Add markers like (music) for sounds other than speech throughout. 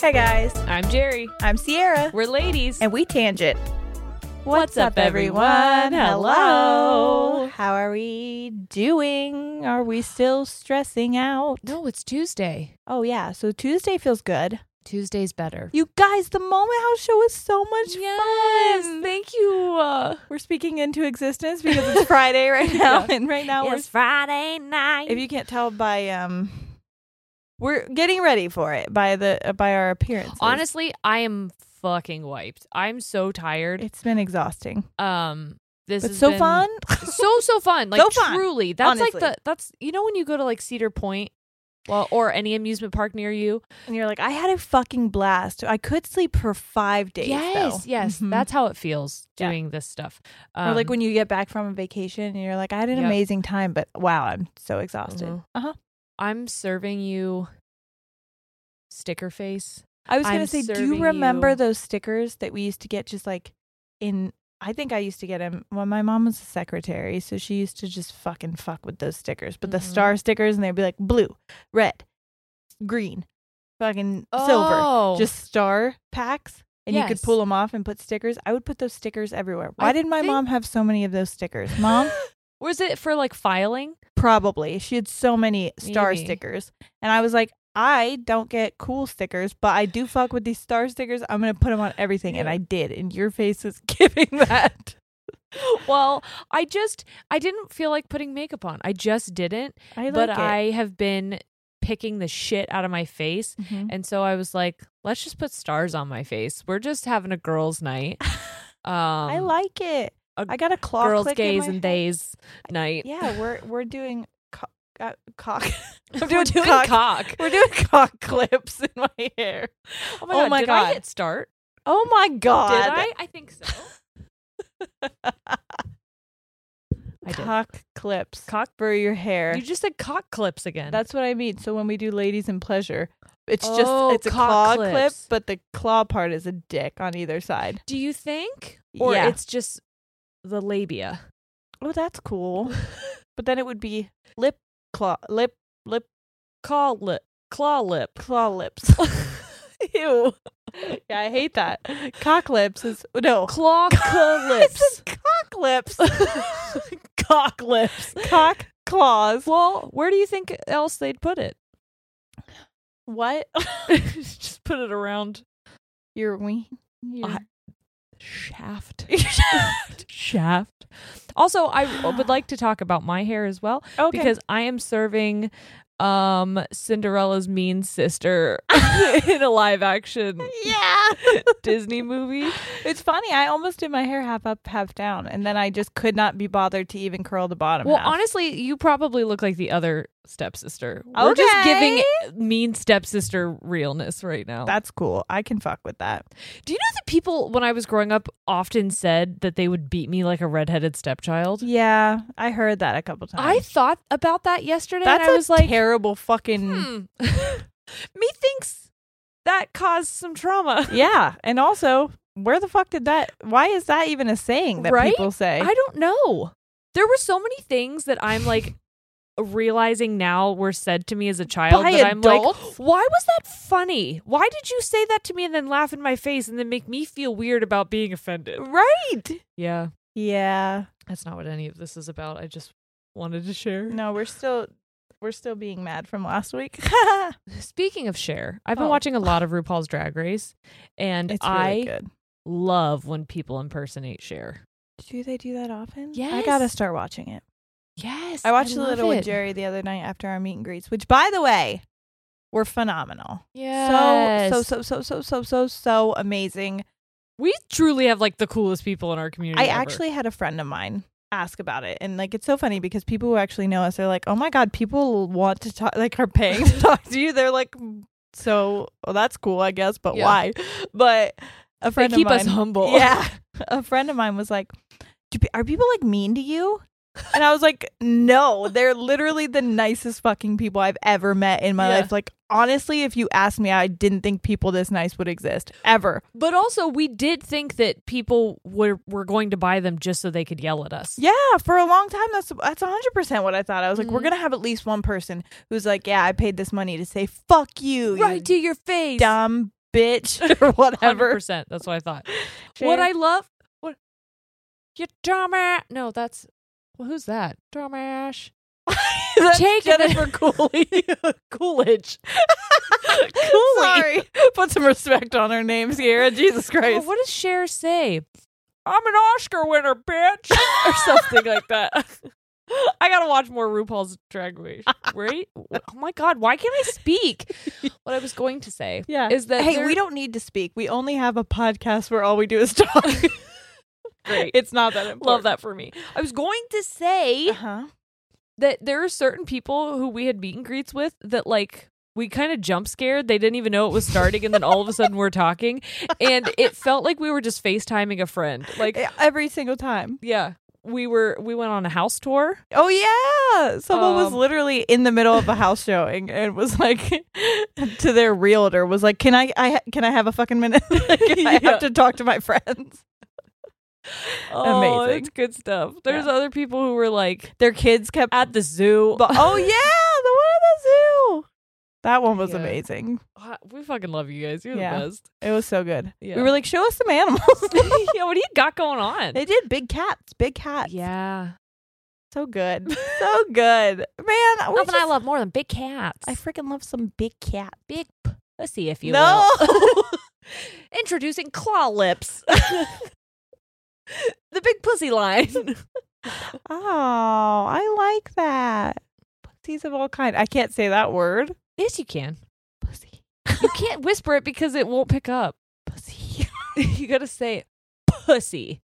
Hey guys, I'm Jerry. I'm Sierra, We're ladies. and we tangent. What's up, everyone? Hello. How are we doing? Are we still stressing out? No, it's Tuesday. Oh, yeah. So Tuesday feels good. Tuesday's better. You guys, the Moment House show is so much Yes, fun. thank you. Uh, We're speaking into existence because it's Friday (laughs) right now. And right now, we're, Friday night. if you can't tell by, um, we're getting ready for it by the uh, by our appearance. honestly, I am fucking wiped. I'm so tired. it's been exhausting, Um, this but has so been fun. (laughs) So so fun. Like So fun, truly, that's honestly. like the that's you know when you go to like Cedar Point, well, or any amusement park near you. and you're like, I had a fucking blast. I could sleep for five days. yes, though. yes, Mhm. that's how it feels Yeah. doing this stuff. Um, or like when you get back from a vacation and you're like, I had an Yep. amazing time, but wow, I'm so exhausted. Mhm. Uh-huh. I'm serving you sticker face. I was gonna I'm say, do serving you remember you- those stickers that we used to get just like in? I think I used to get them when my mom was a secretary, so she used to just fucking fuck with those stickers. But the Mhm. star stickers, and they'd be like blue, red, green, fucking silver, Oh. just (gasps) star packs. And you could Yes. pull them off and put stickers. I would put those stickers everywhere. Why I did my think- mom have so many of those stickers? Mom, was it for like (laughs) filing? Probably. She had so many star Maybe. stickers. And I was like, I don't get cool stickers, but I do fuck with these star stickers. I'm going to put them on everything. And I did. And your face is (laughs) giving that. well, I just I didn't feel like putting makeup on. I just didn't. I like but it. I have been picking the shit out of my face. Mhm. And so I was like, let's just put stars on my face. We're just having a girls' night. Um (laughs) I like it. a I got a claw girls' click in gays my and head. days night. Yeah, we're we're doing co- uh, cock. (laughs) (laughs) We're doing doing, cock- cock. We're doing cock clips in my hair. Oh (laughs) Oh my did God. I hit start? Oh my god! Did I? I think (laughs) so. I did. Cock clips. Cock for your hair. You just said cock clips again. That's what I mean. So when we do ladies in pleasure, it's Oh, just it's a cock claw clip, clips. but the claw part is a dick on either side. Do you think? Or Yeah. it's just the labia. Oh, that's cool. (laughs) but then it would be lip claw lip lip Claw lip. Claw lip. claw (laughs) lips. Ew. Yeah, I hate that. Cock lips is no (laughs) Claw It's clips. cock lips. cock lips. (laughs) cock claws. Well, where do you think else they'd put it? What? (laughs) Just put it around. Your ween. Your I- shaft. shaft. Also, I would like to talk about my hair as well Okay. because I am serving um Cinderella's mean sister (laughs) in a live action Yeah. Disney movie. It's funny. I almost did my hair half up, half down, and then I just could not be bothered to even curl the bottom. Well, half. honestly, you probably look like the other stepsister. We're just Okay. giving mean stepsister realness right now. that's cool. I can fuck with that. Do you know that people when I was growing up often said that they would beat me like a redheaded stepchild? Yeah, I heard that a couple times. I thought about that yesterday that's and I was a like terrible fucking. hmm. (laughs) methinks that caused some (laughs) trauma. Yeah, and also, where the fuck did that? Why is that even a saying that Right? people say? I don't know. There were so many things that I'm like realizing now were said to me as a child By that I'm adults? like, why was that funny? Why did you say that to me and then laugh in my face and then make me feel weird about being offended? right. Yeah, Yeah. that's not what any of this is about. I just wanted to share. No, we're still we're still being mad from last week. (laughs) Speaking of share, I've been Oh. watching a lot of RuPaul's Drag Race, and it's I really good. love when people impersonate share. Do they do that often? I Yes. gotta start watching it. Yes, I watched a love little with it. Jerry the other night after our meet and greets, which by the way, were phenomenal. Yes. So so so so so so so so amazing. We truly have like the coolest people in our community. I ever. actually had a friend of mine ask about it and like it's so funny because people who actually know us are like, "Oh my god, people want to talk like are paying to (laughs) talk to you." They're like, "Mm, "So, well, that's cool, I guess, but Yeah. why?" But a they friend keep of mine us humble. Yeah. A friend of mine was like, Do, pe- Are people like mean to you? And I was like, No, they're literally the nicest fucking people I've ever met in my Yeah. life. Like, honestly, if you asked me, I didn't think people this nice would exist ever. (laughs) But also, we did think that people were were going to buy them just so they could yell at us. Yeah, for a long time, that's that's 100% what I thought. I was like, We're Mhm. going to have at least one person who's like, Yeah, I paid this money to say, Fuck you, you right to your face. dumb bitch, (laughs) or Hundred whatever. percent. That's what I thought. What Share. I love. What you dumbass? No, that's well, who's that? Dumbass. (laughs) That's Take the- (laughs) Jennifer Cooley. (laughs) Coolidge. Cooley. Sorry. (laughs) Put some respect on her names here. (laughs) Jesus Oh, Christ. what does Cher say? I'm an Oscar winner, bitch, (laughs) or something like that. (laughs) I gotta watch more RuPaul's Drag (laughs) Race. Right? oh my god, why can't I speak? What I was going to say Yeah. is that hey, there- we don't need to speak. We only have a podcast where all we do is (laughs) talk. (laughs) Uh-huh. Great. It's not that important. love that for me. I was going to (sighs) say Uh-huh. that there are certain people who we had meet and greets with that like we kind of jump scared. They didn't even know it was starting, and then all of a sudden we're talking, and it felt like we were just FaceTiming a friend. Like E- Every single time. yeah we were we went on a house tour (laughs) Oh yeah. Someone was Um, literally in the middle of a house showing and was like (laughs) to their realtor was like, "Can I I can I have a fucking minute? (laughs) Like, (laughs) I Yeah. have to talk to my friends." oh, Amazing. it's good stuff there's other people who were like Their kids kept at the zoo But oh yeah, the one at the zoo. That one was Yeah. amazing. (laughs) Ah, we fucking love you guys you're Yeah. the best (laughs) It was so good. Yeah. We were like, "Show us some animals." (laughs) yeah what do you got going on they did big cats, big cats. yeah (laughs) So good. So good. Man, we nothing i just- love more than big cats I freaking love some big cat. big pussy if you no. will (laughs) introducing claw lips (laughs) the big pussy line oh, I like that. Pussies of all kind. I can't say that word. (laughs) yes you can Pussy. you can't whisper it because it won't pick up Pussy. (laughs) you gotta say pussy.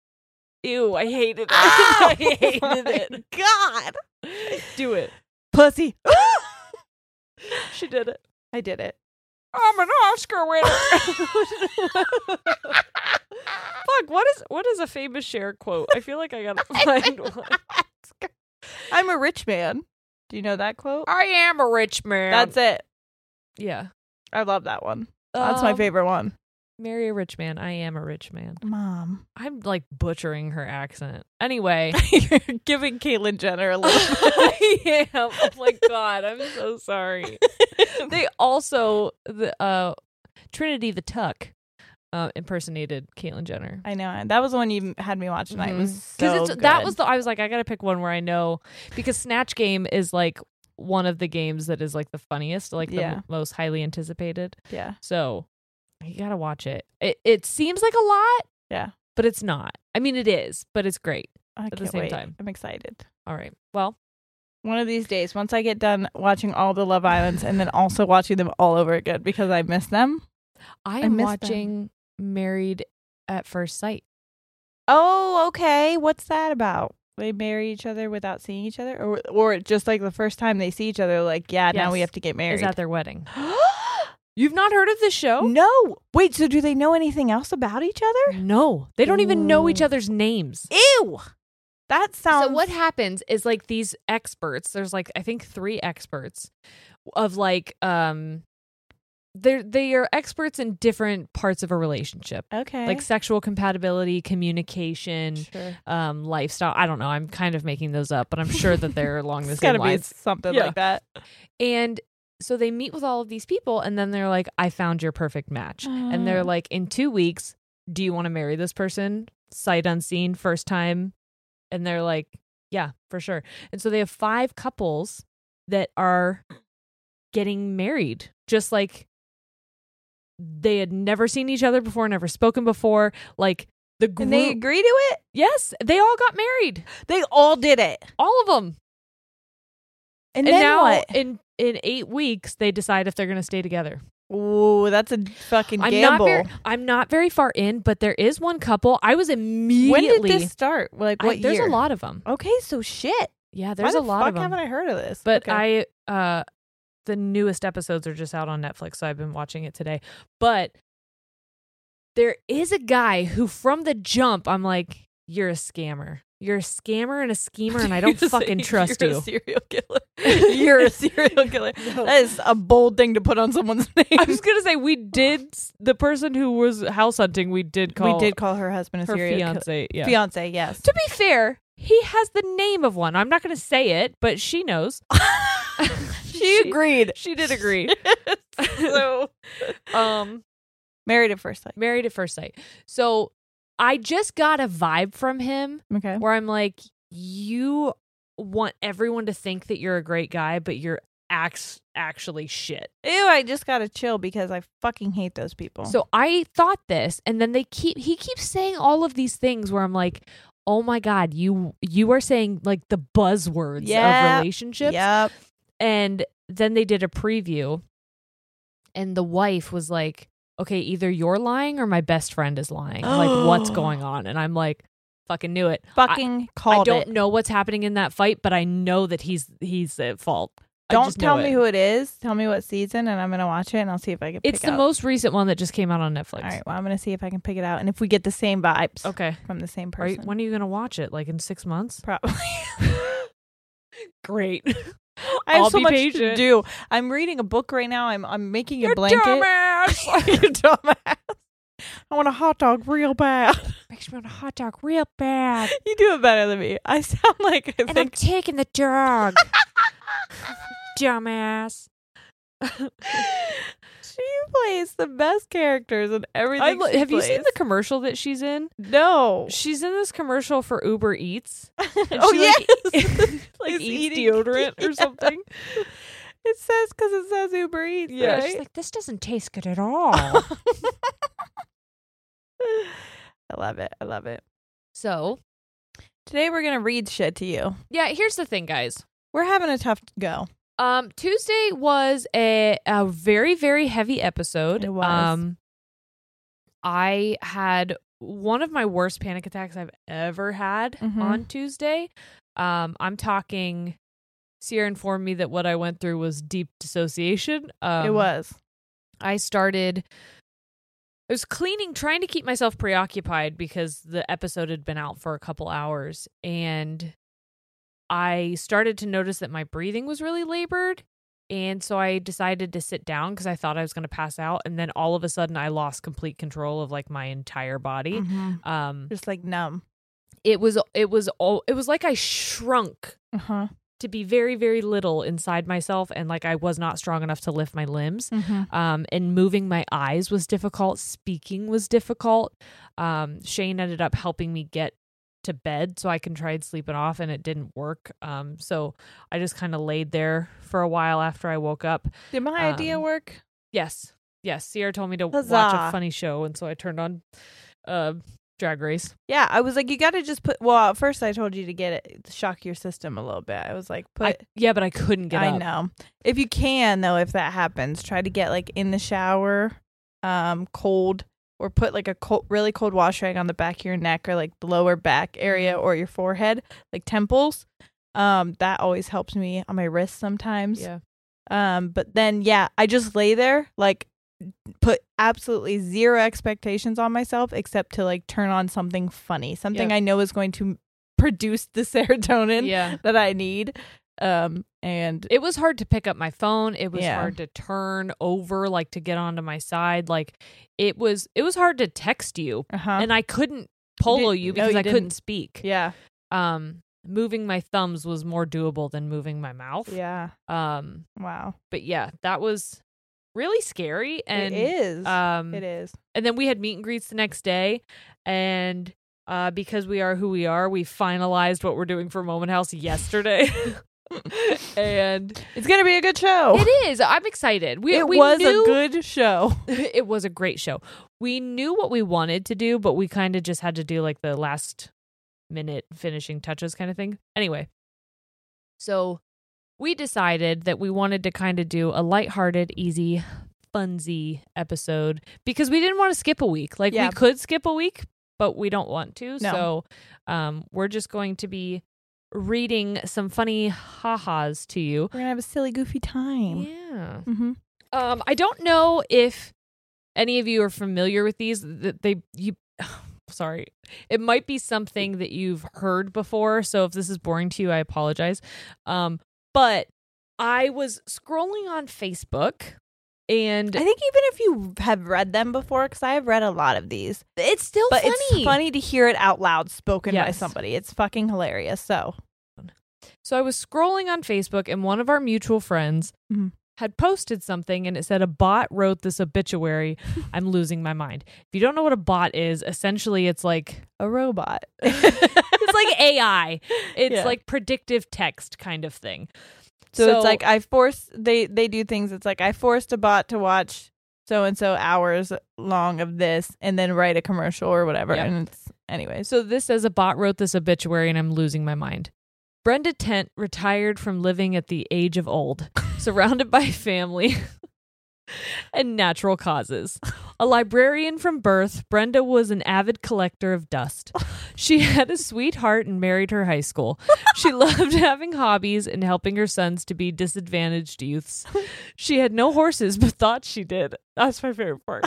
Ew, I hated it. (laughs) I Ah, hated it. Oh God. Do (laughs) it. Pussy. (laughs) She did it. I did it. I'm an Oscar winner. Fuck, what is what is a famous share quote? I feel like (laughs) I gotta find one. I'm a rich man. Do you know that quote? I am a rich man. That's it. Yeah. I love that one. That's my Um, favorite one. Marry a rich man. I am a rich man. Mom. I'm like butchering her accent. Anyway. (laughs) You're giving Caitlyn Jenner a (laughs) I am. Oh (laughs) my god, I'm so sorry. they also the uh Trinity the Tuck uh, impersonated Caitlyn Jenner. I know. and That was the one you had me watch, and I was Because so Mm-hmm. it's that good. was the I was like I gotta pick one where I know because Snatch Game is like one of the games that is like the funniest, like the Yeah. m- most highly anticipated. yeah. So you gotta watch it. It it seems like a lot. Yeah. but it's not. I mean, it is, but it's great. I the can't same wait. time. I'm excited. All right. Well, One of these days, once I get done watching all the Love Islands and then also watching them all over again because I miss them. I I am miss them. watching Married at First Sight. Oh, okay. What's that about? They marry each other without seeing each other, or or just like the first time they see each other, like yeah, now we Yes. have to get married. Is (gasps) (gasps) at their wedding. You've not heard of this Oh. show? no, wait. So do they know anything else about each other? No. They don't even know each Ooh. other's names. Ew, that sounds. so what happens is like these experts there's like i think three experts of like um they're they are experts in different parts of a relationship okay, like sexual compatibility communication sure. um lifestyle i don't know i'm kind of making those up but i'm sure that they're (laughs) along the It's same gotta lines be something Yeah. like that. and so they meet with all of these people and then they're like, I found your perfect match. And they're Oh. like, in two weeks, do you want to marry this person? Sight unseen, first time. And they're like, yeah, for sure. And so they have five couples that are getting married, just like they had never seen each other before, never spoken before. Like the group. And they agree to it. yes, they all got married. They all did it. All of them. And, and then now what? in in eight weeks they decide if they're going to stay together. Ooh, that's a fucking I'm not gamble. very, I'm not very far in, but there is one couple. I was immediately when did this start? Like I- what there's year? a lot of them. Okay, so shit. Yeah, there's Why a the lot fuck of them. Haven't I heard of this? But Okay. (laughs) I uh the newest episodes are just out on Netflix, so I've been watching it today. But there is a guy who from the jump I'm like, you're a scammer. You're a scammer and a schemer and I don't fucking trust (laughs) you're you. A (laughs) serial killer. you're a (laughs) serial killer. That is a bold thing to put on someone's name. I was gonna say we did the person who was house hunting, we did call we did call her husband a her serial killer. fiance. Yeah. Fiance, yes. To be fair, he has the name of one. I'm not going to say it, but she (laughs) knows. she agreed. She did (laughs) agree. so um, married at first (laughs) sight. married at first sight. So I just got a vibe from him Okay. where I'm like, you want everyone to think that you're a great guy, but you're ax- actually shit. Ew, I just gotta chill because I fucking hate those people. So I thought this, and then they keep he keeps saying all of these things where I'm like, oh my god, you you are saying like the buzzwords Yeah. of relationships. yep. And then they did a preview, and the wife was like, "Okay, either you're lying or my best friend is lying. like, (gasps) what's going on?" And I'm like, "Fucking knew it. Fucking I, I called don't it. know what's happening in that fight, but I know that he's he's at fault. I Don't just tell know me it. who it is. Tell me what season, and I'm gonna watch it, and I'll see if I can. It's pick the out. most recent one that just came out on Netflix. All right. Well, I'm gonna see if I can pick it out, and if we get the same vibes Okay. from the same Are you, person, when are you gonna watch it? Like in six months? (laughs) (laughs) probably. Great. I have I'll so be much to patient. do. I'm reading a book right now. I'm I'm making (laughs) a You're blanket. dumbass. (laughs) (laughs) you dumbass. I want a hot dog (laughs) real bad. Makes me want a hot dog real bad. You do it better than me. I sound like I and I'm think taking the (laughs) dog. Dumbass. she plays the best characters and everything. I lo- she have you seen plays. the commercial that she's in? No. She's in this commercial for Uber (laughs) Eats. And oh (laughs) she, yes. like, (laughs) (laughs) like Is eats eating- (laughs) deodorant or Yeah. something. It says because it says Uber Eats. Yeah. right? She's like, this doesn't taste good at (laughs) all. I love it. I love it. so, Today we're gonna read shit to you. yeah, here's the thing, guys. We're having a tough go. Um, Tuesday was a a very very heavy episode. It was. Um, I had one of my worst panic attacks I've ever had Mhm. on Tuesday. Um, I'm talking. Sierra informed me that what I went through was deep dissociation. Um, it was. I started. I was cleaning, trying to keep myself preoccupied because the episode had been out for a couple hours. And I started to notice that my breathing was really labored. And so I decided to sit down because I thought I was going to pass out. And then all of a sudden, I lost complete control of like my entire body. Mhm. Um, Just like numb. it was, it was all, it was like I shrunk Uh huh. to be very, very little inside myself. And like I was not strong enough to lift my limbs Mm-hmm. um, and moving my eyes was difficult. Speaking was difficult. Um, Shane ended up helping me get to bed so I can try and sleep it off, and it didn't work. Um, so I just kind of laid there for a while after I woke up. Did my idea Um, work? Yes, yes. Sierra told me to watch Huzzah. a funny show, and so I turned on uh, Drag Race. Yeah, I was like, you got to just put. Well, at first I told you to get it, shock your system a little bit. I was like, I- put. yeah, but I couldn't get I up. know. If you can though, if that happens, try to get like in the shower, um, cold, or put like a cold, really cold wash rag on the back of your neck or like the lower back area Mm-hmm. or your forehead, like temples. Um, that always helps me on my wrists sometimes. Yeah. Um, but then yeah, I just lay there like put absolutely zero expectations on myself except to like turn on something funny, something Yeah. I know is going to produce the (laughs) serotonin Yeah. that I need. Um, and It was hard to pick up my phone. It was Yeah. hard to turn over, like to get onto my side. Like it was it was hard to text you. uh-huh. And I couldn't polo didn't- you no, because you I didn't. couldn't speak. yeah, Um moving my thumbs was more doable than moving my mouth. yeah, Um wow, but yeah, that was really scary and it is, um it (laughs) is, and then we had meet and greets the next day and uh because we are who we are we finalized what we're doing for moment house yesterday (laughs) and it's gonna be a good show. it is i'm excited we, Oh. It we was knew, a good show. (laughs) it was a great show we knew what we wanted to do but we kind of just had to do like the last minute finishing touches kind of thing anyway so we decided that we wanted to kind of do a lighthearted easy funsy episode because we didn't want to skip a week like Yeah. we could skip a week but we don't want to No. so um we're just going to be reading some funny ha-has to you (laughs) We're gonna have a silly, goofy time. yeah Mm-hmm. um, I don't know if any of you are familiar with these. That they you, (sighs) sorry, it might be something that you've heard before. So if this is boring to you, I apologize. Um, but I was scrolling on Facebook, and I think even if you have read them before, because I have read a lot of these, it's still but funny. it's funny to hear it out loud spoken by Yes. somebody. It's fucking hilarious. So So I was scrolling on Facebook, and one of our mutual friends. Mhm. Had posted something and it said a bot wrote this (laughs) obituary. I'm losing my mind. If you don't know what a bot is, essentially it's like a (laughs) robot. (laughs) it's like AI. It's Yeah. like predictive text kind of thing. So, it's like I force they they do things. It's like I forced a bot to watch so and so hours long of this, and then write a commercial or whatever. Yep. And it's anyways. so this says a bot wrote this obituary and I'm losing my mind. Brenda Tent retired from living at the age of old, surrounded by family (laughs) and natural causes. A librarian from birth, Brenda was an avid collector of dust. She had a sweetheart and married her high school. She loved having hobbies and helping her sons to be disadvantaged youths. She had no horses, but thought she did. That's my favorite part.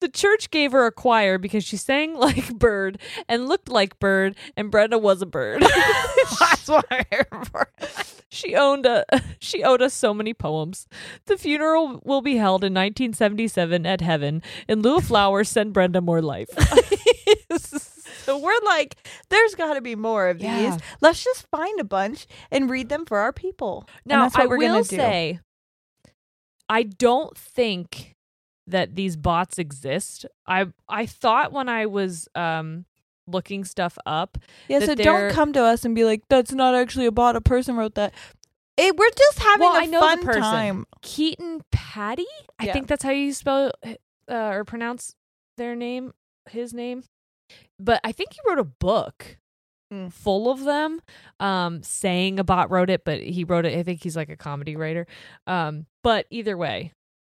the church gave her a choir because she sang (laughs) like Bird and looked like Bird, and Brenda was a bird. (laughs) That's what I remember. (laughs) She owned a (laughs) she owed us so many poems. The funeral will be held in 1977 at Heaven. In lieu of flowers, send Brenda more life. (laughs) (laughs) So we're like, there's got to be more of Yeah. these. Let's just find a bunch and read them for our people. And Now that's what I we're gonna will do. say, I don't think that these bots exist. I I thought when I was um looking stuff up, yeah. that So they're- don't come to us and be like, that's not actually a bot. A person wrote that. It, we're just having Well, a I know the fun person. time. Keaton Patty. I Yeah. think that's how you spell uh, or pronounce their name, his name. But I think he wrote a book Mm. full of them. Um, saying a bot wrote it, but he wrote it. I think he's like a comedy writer. Um, but either way,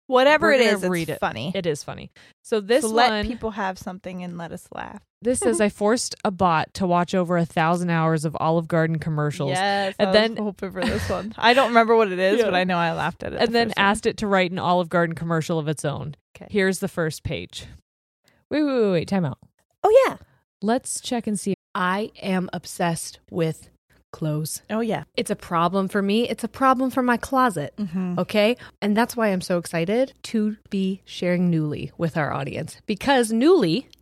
Whatever We're it gonna is, read it's it. funny. it is funny. So this Eh. so one, let people have something and let us laugh. this (laughs) says I forced a bot to watch over a thousand hours of Olive Garden commercials. Yes, And I then- was hoping for this one. (laughs) I don't remember what it is, Yeah. but I know I laughed at it. And the then first one. asked it to write an Olive Garden commercial of its own. 'Kay. Here's the first page. Wait, wait, wait, wait. Time out. "Oh yeah, Let's check and see. I am obsessed with clothes. oh yeah, It's a problem for me. It's a problem for my closet. Mm-hmm. Okay. And that's why I'm so excited to be sharing Newly with our audience because Newly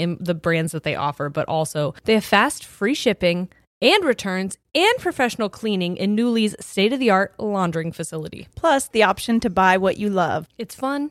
in the brands that they offer, but also they have fast, free shipping and returns and professional cleaning in Newly's state of the art laundering facility. Plus, the option to buy what you love. It's fun,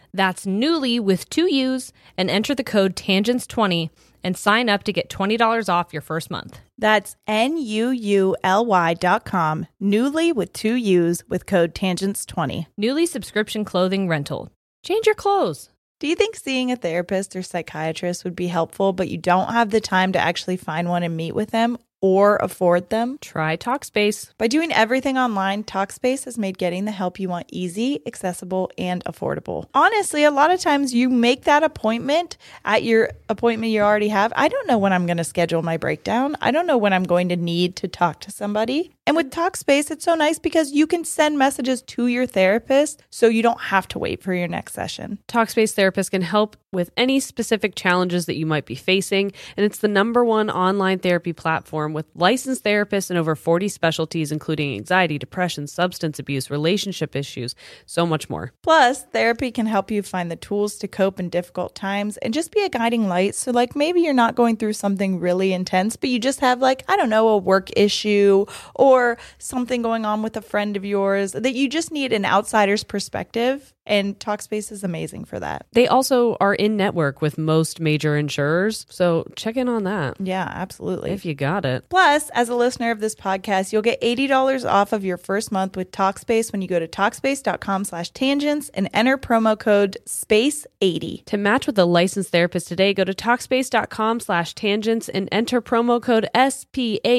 That's newly with two U's and enter the code tangents20 and sign up to get $20 off your first month. That's N U U L Y dot com, Newly with two U's with code TANGENTS20. Newly subscription clothing rental. Change your clothes. Do you think seeing a therapist or psychiatrist would be helpful, but you don't have the time to actually find one and meet with them or afford them? Try Talkspace. By doing everything online, Talkspace has made getting the help you want easy, accessible, and affordable. Honestly, a lot of times you make that appointment at your appointment you already have. I don't know when I'm going to schedule my breakdown. I don't know when I'm going to need to talk to somebody. And with Talkspace, it's so nice because you can send messages to your therapist so you don't have to wait for your next session. Talkspace therapist can help with any specific challenges that you might be facing, and it's the number one online therapy platform with licensed therapists in over 40 specialties, including anxiety, depression, substance abuse, relationship issues, so much more. Plus, therapy can help you find the tools to cope in difficult times and just be a guiding light. So, like, maybe you're not going through something really intense, but you just have, like, I don't know, a work issue or something going on with a friend of yours that you just need an outsider's perspective. And Talkspace is amazing for that. They also are in network with most major insurers, so check in on that Yeah, absolutely. if you got it. Plus, as a listener of this podcast, you'll get $80 off of your first month with Talkspace when you go to Talkspace.com slash tangents and enter promo code SPACE80. To match with a licensed therapist today, go to Talkspace.com slash tangents and enter promo code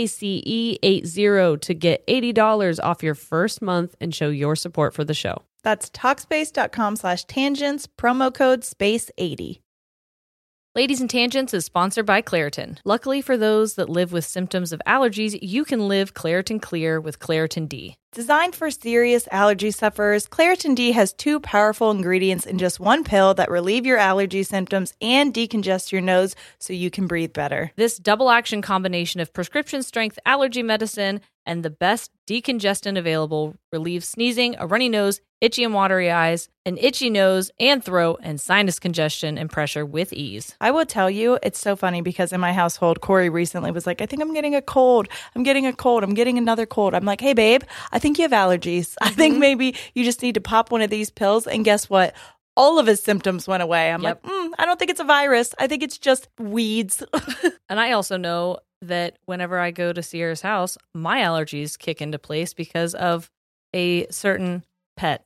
SPACE80 E to get $80 off your first month and show your support for the show. That's Talkspace.com slash tangents, promo code SPACE80. Ladies and Tangents is sponsored by Claritin. Luckily for those that live with symptoms of allergies, you can live Claritin Clear with Claritin D. Designed for serious allergy sufferers, Claritin D has two powerful ingredients in just one pill that relieve your allergy symptoms and decongest your nose so you can breathe better. This double action combination of prescription strength allergy medicine and the best decongestant available relieves sneezing, a runny nose, itchy and watery eyes, an itchy nose and throat, and sinus congestion and pressure with ease. I will tell you, it's so funny because in my household, Corey recently was like, I think I'm getting a cold. I'm getting a cold. I'm getting another cold. I'm like, hey, babe, I think you have allergies. I think maybe you just need to pop one of these pills. And guess what? All of his symptoms went away. I'm Yep. like, mm, I don't think it's a virus. I think it's just weeds. (laughs) And I also know that whenever I go to Sierra's house, my allergies kick into place because of a certain pet.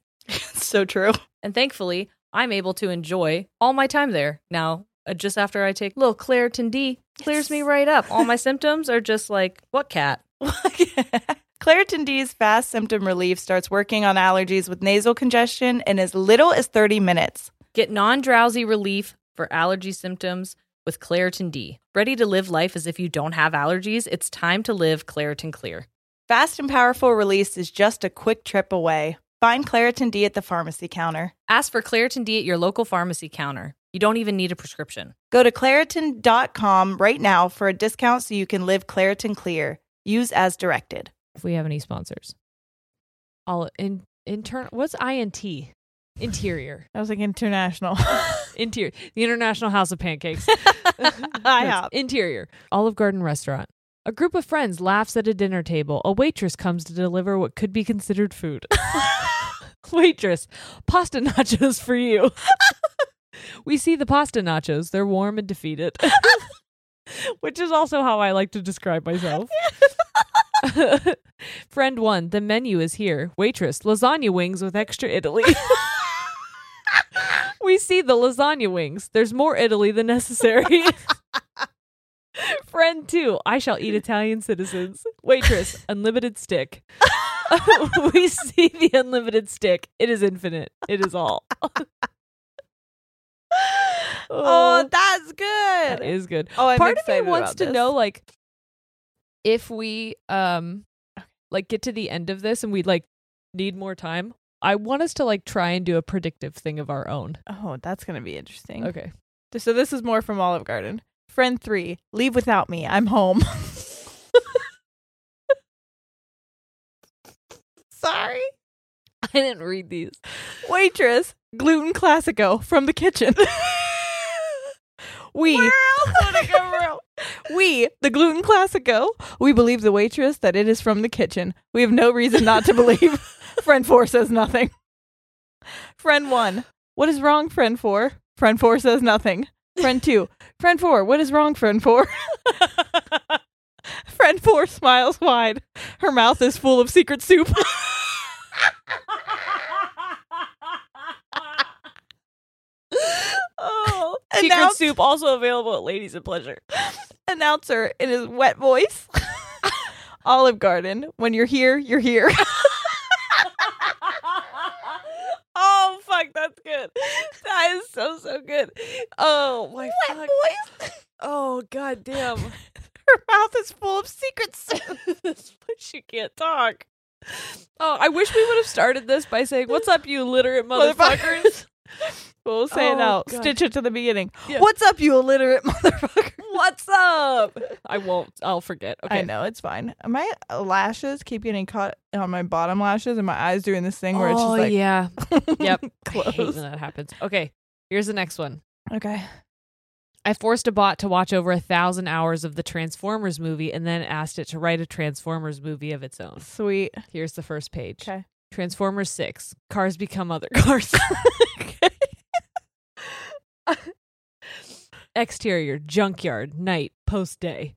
so true. And thankfully, I'm able to enjoy all my time there. Now, uh, just after I take little Claritin D, clears me right up. All my symptoms are just like, what cat? Claritin D's fast symptom relief starts working on allergies with nasal congestion in as little as 30 minutes. Get non drowsy relief for allergy symptoms with Claritin D. Ready to live life as if you don't have allergies? It's time to live Claritin Clear. Fast and powerful release is just a quick trip away. Find Claritin D at the pharmacy counter. Ask for Claritin D at your local pharmacy counter. You don't even need a prescription. Go to Claritin.com right now for a discount so you can live Claritin clear. Use as directed. If we have any sponsors, All in intern. What's INT? Interior. That was like (laughs) international. Interior. The International House of Pancakes. (laughs) IHOP. Interior. Olive Garden restaurant. A group of friends laughs at a dinner table. A waitress comes to deliver what could be considered food. waitress, pasta nachos for you. we see the pasta nachos. They're warm and defeated, (laughs) which is also how I like to describe myself. Friend one, the menu is here. Waitress, lasagna wings with extra Italy. (laughs) we see the lasagna wings. There's more Italy than necessary. (laughs) Friend two, I shall eat Italian citizens. Waitress, unlimited stick. (laughs) we see the (laughs) Oh, unlimited stick. It is infinite. It is all. oh, that's good. That is good. oh, I'm Part of me excited wants about to this. know like if we (laughs) um like get to the end of this and we like need more time. I want us to like try and do a predictive thing of our own. Oh, that's gonna be interesting. Okay. So this is more from Olive Garden. Friend three, leave without me. I'm home. (laughs) Sorry. I didn't read (laughs) these. Waitress, gluten classico from the kitchen. (laughs) we We, the gluten classico, we believe the waitress that it is from the kitchen. We have no reason not to believe. friend four says nothing. Friend one, what is wrong, friend four? Friend four says nothing. Friend two, friend four, what is wrong, friend four? (laughs) friend four smiles wide. Her mouth is full of secret soup. oh, (laughs) Secret announce- soup also available at Ladies of Pleasure. (laughs) announcer in his wet voice. (laughs) Olive Garden, when you're here, you're here. (laughs) oh fuck, that's good. That is so so good. Oh my Wet (laughs) fuck. voice. Oh god damn. Her mouth is full of secrets. (laughs) but she can't talk. Oh, I wish we would have started this by saying, "What's up, you literate motherfuckers?" (laughs) we'll say it Oh, out. God. Stitch it to the beginning. Yeah. What's up, you illiterate motherfucker? What's up? I won't. I'll forget. Okay. I know it's fine. My lashes keep getting caught on my bottom lashes, and my eyes doing this thing where it's just like Oh, (laughs) yeah. Yep. I hate close. when that happens. Okay. Here's the next one. Okay, I forced a bot to watch over a thousand hours of the Transformers movie and then asked it to write a Transformers movie of its own. sweet. Here's the first page. Okay. Transformers 6. Cars become other (laughs) cars. Exterior, junkyard, night, post day.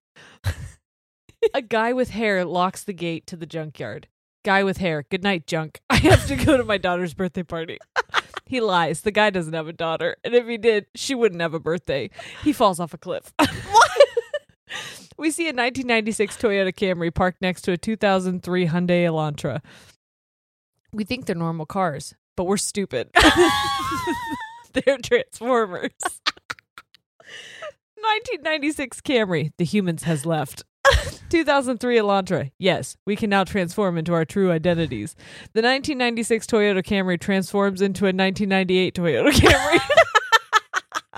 (laughs) a guy with hair locks the gate to the junkyard. Guy with hair, good night, junk. I have to go to my daughter's birthday party. He lies. The guy doesn't have a daughter. And if he did, she wouldn't have a birthday. He falls off a cliff. (laughs) we see a 1996 Toyota Camry parked next to a 2003 Hyundai Elantra. We think they're normal cars, but we're stupid. (laughs) they're Transformers. (laughs) 1996 Camry. The humans has left. 2003 Elantra. Yes, we can now transform into our true identities. The 1996 Toyota Camry transforms into a 1998 Toyota Camry. (laughs)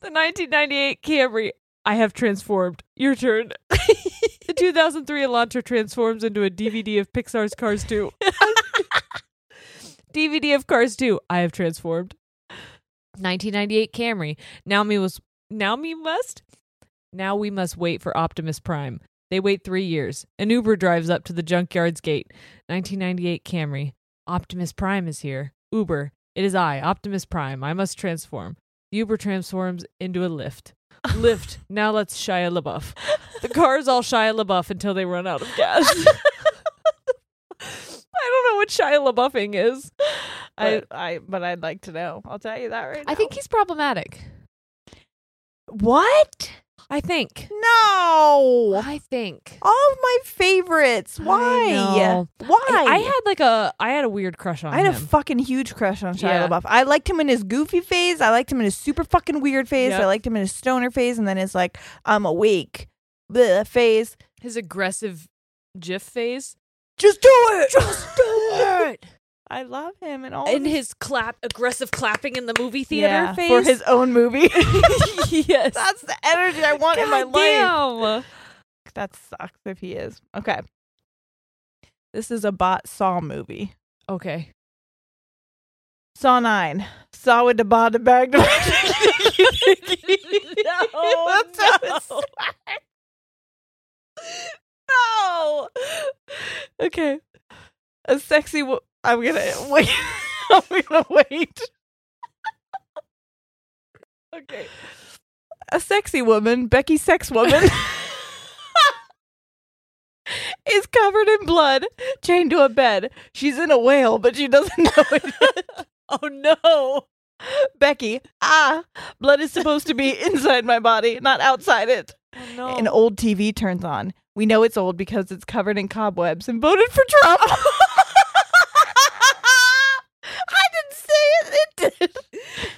the 1998 Camry. I have transformed. Your turn. the 2003 Elantra transforms into a DVD of Pixar's Cars (laughs) 2. DVD of Cars 2. I have transformed. 1998 Camry. Now me was now me must. Now we must wait for Optimus Prime. They wait 3 years. An Uber drives up to the junkyard's gate. 1998 Camry. Optimus Prime is here. Uber. It is I, Optimus Prime. I must transform. The Uber transforms into a lift. Lift. Now let's Shia LaBeouf. The cars all Shia LaBeouf until they run out of gas. I don't know what Shia LaBeoufing is. I, I, but I'd like to know. I'll tell you that right now. I think he's problematic. what? I think. No, I think. all of my favorites. I Why? know. Why? I, I had like a I had a weird crush on I had him. a fucking huge crush on Shia Yeah. LaBeouf. I liked him in his goofy phase. I liked him in his super fucking weird phase. Yep. I liked him in his stoner phase, and then his like I'm awake bleh, phase. His aggressive GIF phase Just do it. (laughs) Just do it. (laughs) I love him and all and of his clap aggressive clapping in the movie theater yeah, phase for his own movie. (laughs) (laughs) yes. That's the energy I want in my God life. damn. That sucks if he is. Okay. This is a bot Saw movie. Okay. Saw nine. Saw with the bot the bag. (laughs) The That's how it (laughs) no. Okay. A sexy. Wo- I'm gonna (laughs) wait. I'm gonna wait. (laughs) okay. A sexy woman, Becky Sex (laughs) Woman, is covered in blood, chained to a bed. She's in a whale, but she doesn't know it. (laughs) oh no. Becky, ah, blood is supposed to (laughs) be inside my body, not outside it Oh, no. an old TV turns on. We know it's old because it's covered in cobwebs and voted for (laughs) Trump. (laughs) I didn't say it. It did.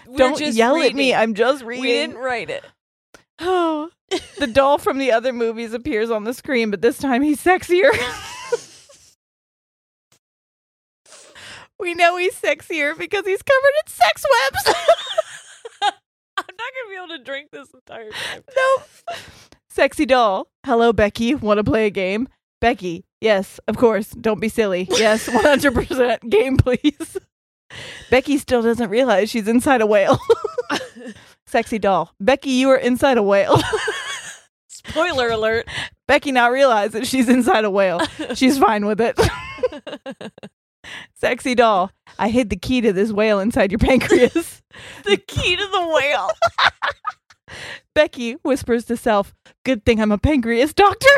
We're Don't just yell at reading. me. I'm just reading. We didn't write it. Oh, the doll from the other movies appears on the screen, but this time he's sexier. we know he's sexier because he's covered in sex webs. (laughs) I'm not gonna be able to drink this entire time. nope. Sexy doll. Hello, Becky. Want to play a game? Becky. Yes, of course. Don't be silly. (laughs) Yes, 100% game, please. Becky still doesn't realize she's inside a (laughs) whale. Sexy doll. Becky, you are inside a whale. (laughs) Spoiler alert. Becky now realizes she's inside a whale. She's fine with (laughs) it. Sexy doll, I hid the key to this whale inside (laughs) your pancreas. The key to the whale. Becky whispers to self, Good thing I'm a pancreas doctor.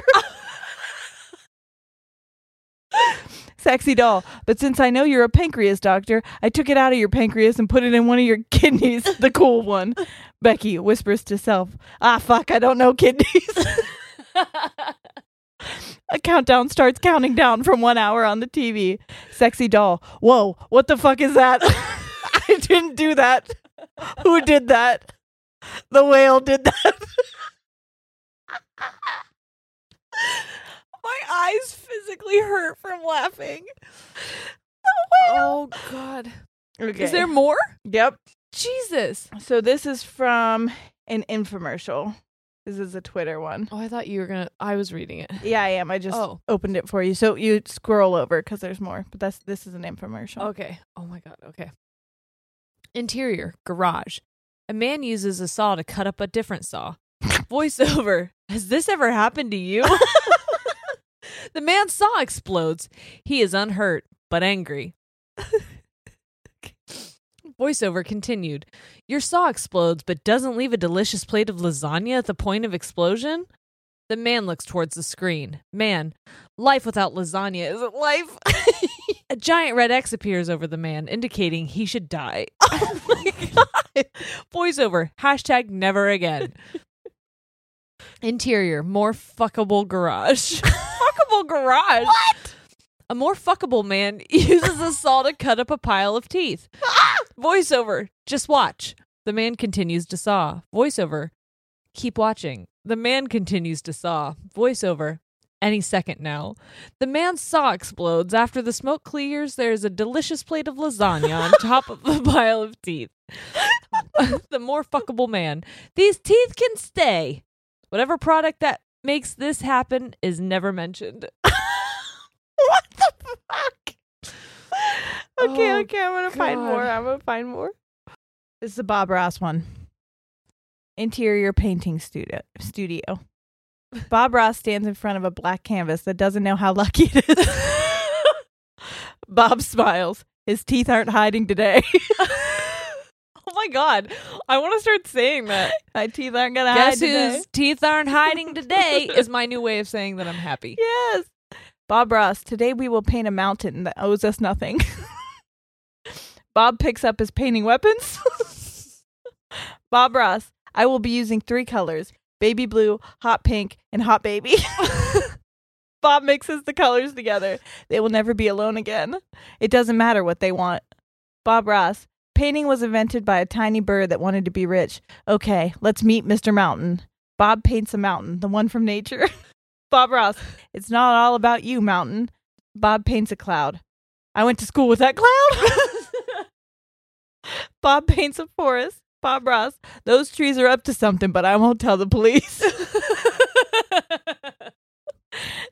Sexy doll, but since I know you're a pancreas doctor, I took it out of your pancreas and put it in one of your (laughs) kidneys, the cool one. Becky whispers to self, Ah, fuck, I don't know kidneys. (laughs) A countdown starts counting down from one hour on the TV. Sexy doll. Whoa, what the fuck is that? (laughs) I didn't do that. Who did that? The whale did that. (laughs) My eyes physically hurt from laughing. Oh, God. Okay. Is there more? Yep. Jesus. So this is from an infomercial. This is a Twitter one. Oh, I thought you were gonna. I was reading it. Yeah, I am. I just Oh. opened it for you. So you scroll over because there's more, but that's this is an infomercial. Okay. Oh my god. Okay. Interior garage. A man uses a saw to cut up a different saw. Voiceover. Has this ever happened to you? the man's saw explodes. He is unhurt but angry. Voiceover continued. Your saw explodes but doesn't leave a delicious plate of lasagna at the point of explosion. The man looks towards the screen. Man, life without lasagna isn't life. a giant red X appears over the man, indicating he should die. (laughs) Oh my god. (laughs) Voiceover hashtag never (laughs) again. Interior more fuckable (laughs) garage. fuckable garage. What? A more fuckable man (laughs) uses a saw to cut up a pile of (laughs) teeth. Voiceover just watch. The man continues to saw. Voiceover keep watching. The man continues to saw. Voiceover any second now. The man's saw explodes. After the smoke clears, there is a delicious plate of lasagna on top of the pile of teeth. (laughs) the more fuckable man. These teeth can stay. Whatever product that makes this happen is never mentioned. (laughs) what the fuck? Okay, Oh, okay, I'm gonna find God. more. I'm gonna find more. This is the Bob Ross one. Interior painting studio. Studio. (laughs) Bob Ross stands in front of a black canvas that doesn't know how lucky it is. (laughs) Bob smiles. His teeth aren't hiding today. (laughs) Oh my god. I want to start saying that. My teeth aren't gonna Guess hide today. whose teeth aren't hiding today is my new way of saying that I'm happy. Yes. Bob Ross, today we will paint a mountain that owes us nothing. (laughs) Bob picks up his painting weapons. (laughs) Bob Ross, I will be using three colors baby blue, hot pink, and hot baby. (laughs) Bob mixes the colors together. They will never be alone again. It doesn't matter what they want. Bob Ross, painting was invented by a tiny bird that wanted to be rich. Okay, let's meet Mr. Mountain. Bob paints a mountain, the one from nature. Bob Ross, it's not all about you, Mountain. Bob paints a cloud. I went to school with that cloud. (laughs) Bob paints a forest. Bob Ross, those trees are up to something, but I won't tell the police. (laughs)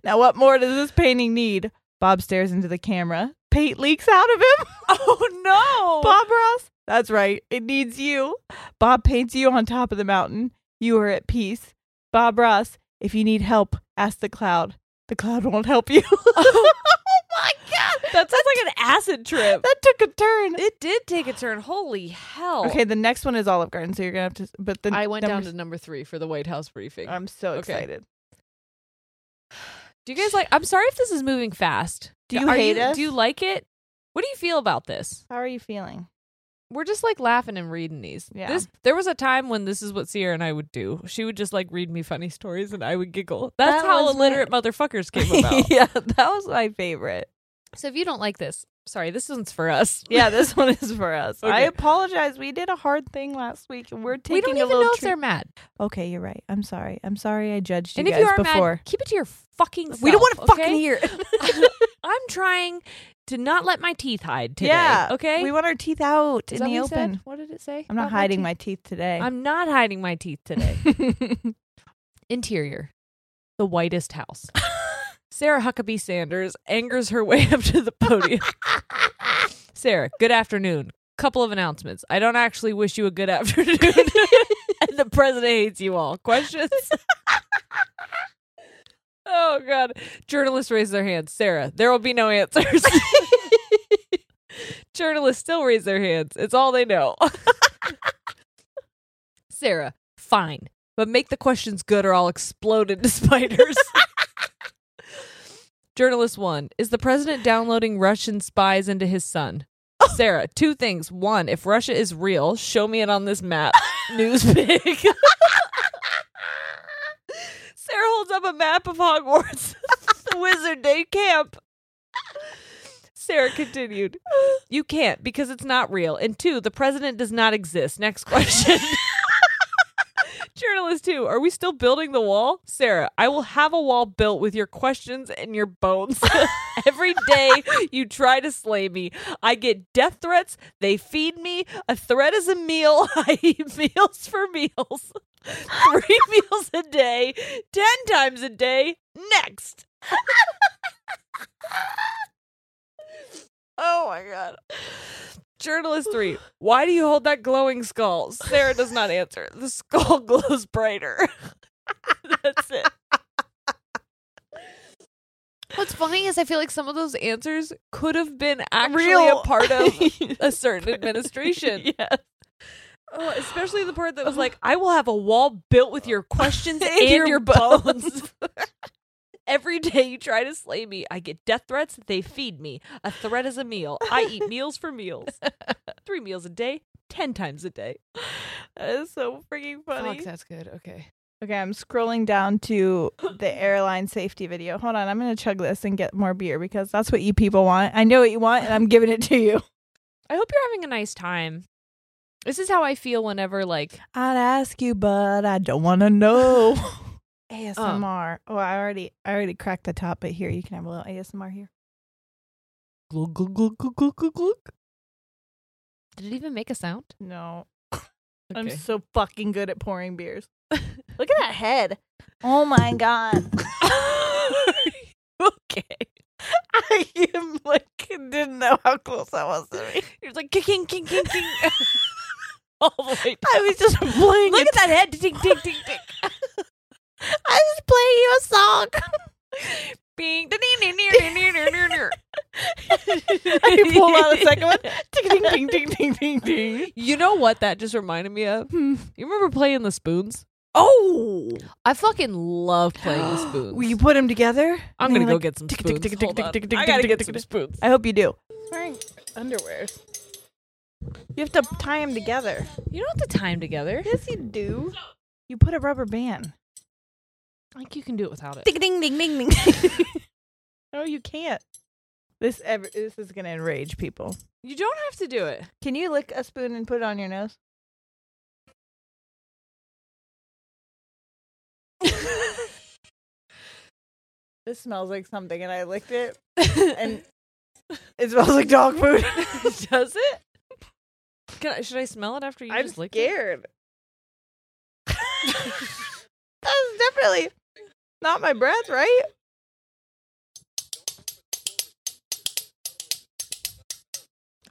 now, what more does this painting need? Bob stares into the camera. Paint leaks out of him. (laughs) Oh, no. Bob Ross, that's right. It needs you. Bob paints you on top of the mountain. You are at peace. Bob Ross, if you need help, ask the cloud. The cloud won't help you. (laughs) oh my god. That sounds (laughs) like an acid trip. That took a turn. It did take a turn. Holy hell. Okay, the next one is Olive Garden, so you're gonna have to but the Oh. I went down numbers- to number three for the White House briefing. I'm so Okay. excited. do you guys like? I'm sorry if this is moving fast. Do you Are hate us? Do you like it? What do you feel about this? How are you (laughs) feeling? We're just like laughing and reading these. Yeah. This there was a time when this is what Sierra and I would do. She would just like read me funny stories and I would giggle. That's That how was (laughs) illiterate motherfuckers came about. yeah, that was my favorite. So if you don't like this, Sorry, this one's for us. (laughs) Yeah, this one is for us. I (laughs) Okay. apologize. We did a hard thing last week, and we're taking we don't a even little. know if treat- they're mad. okay, you're right. I'm sorry. I'm sorry. I judged you and if guys you are before. mad, keep it to your fucking. we don't want to fucking hear. it. I'm trying to not let my teeth hide (laughs) today. Yeah. Okay. We want our teeth out Is in that the what he said? open. What did it say? I'm not about hiding teeth? my teeth today. I'm not hiding my teeth today. Interior. The whitest house. Sarah Huckabee Sanders angers her way (laughs) up to the podium. Sarah, good afternoon. Couple of announcements. I don't actually wish you a good (laughs) afternoon. and the president hates you all. Questions? oh god. Journalists raise their hands. Sarah, there will be no answers. (laughs) Journalists still raise their hands. It's all they know. Sarah, fine, but make the questions good or I'll explode into (laughs) spiders. Journalist one, is the president downloading Russian spies into his son? Sarah, two things. One, if Russia is real, show me it on this map. News pig. (laughs) Sarah holds up a map of Hogwarts, (laughs) the wizard day camp. Sarah continued, You can't because it's not real. And two, the president does not exist. Next question. (laughs) Journalist two, are we still building the wall? Sarah, I will have a wall built with your questions and your bones. (laughs) Every day you try to slay me. I get death threats. They feed me. A threat is a meal. (laughs) I eat meals for meals. (laughs) Three (laughs) meals a day. Ten times a day. Next. oh my god. Journalist three, why do you hold that glowing skull? Sarah does not answer. The skull (laughs) glows brighter. (laughs) That's it. What's funny is I feel like some of those answers could have been actually Real. a part of (laughs) a certain administration. (laughs) yes. Oh, especially the part that was like, I will have a wall built with your questions (laughs) and, your, bones. (laughs) Every day you try to slay me, I get death threats. They feed me. A threat is a meal. I (laughs) eat meals for meals. Three meals a day, ten times a day. That is so freaking funny. that's good. Okay. Okay, I'm scrolling down to the airline safety video. Hold on, I'm gonna chug this and get more beer because that's what you people want. I know what you want, and I'm giving it to you. I hope you're having a nice time. This is how I feel whenever, (laughs) like, I'd ask you, but I don't want to (laughs) know. ASMR. Um. oh, I already, I already cracked the top, but here you can have a little ASMR here. glug, glug, glug, glug, glug, glug, glug. Did it even make a sound? (laughs) No, I'm Okay. so fucking good at pouring (laughs) beers. Look at that head. Oh my god. (laughs) okay. I am like didn't know how close I was to me. You're like kicking, king, king, king. (laughs) All the way down. I was just playing. Look it- at that head. Ding, ding, ding, ding. (laughs) I was playing you a song. Bing. da, ding, ding, ding, ding, ding, ding, ding. (laughs) I pulled out a second one. Ding ding ding ding ding ding ding. You know what that just reminded me of? You remember playing the spoons? Oh, I fucking love playing the (gasps) spoons. Will you put them together? I'm And gonna they're go like, get some tick, tick, spoons. tick, tick, Hold tick, on. tick, tick, I gotta tick, get tick, some tick. spoons. I hope you do. Wearing underwear. You have to tie them together. You don't have to tie them together. Yes, you do. You put a rubber band. Like you can do it without it. Ding ding ding ding ding. no, you can't. This ever this is gonna enrage people. You don't have to do it. Can you lick a spoon and put it on your nose? (laughs) this smells like something, and I licked it, (laughs) (laughs) and it smells like dog (laughs) food. Does it? Can I, should I smell it after you I'm just licked it? scared. (laughs) That's definitely not my breath, right?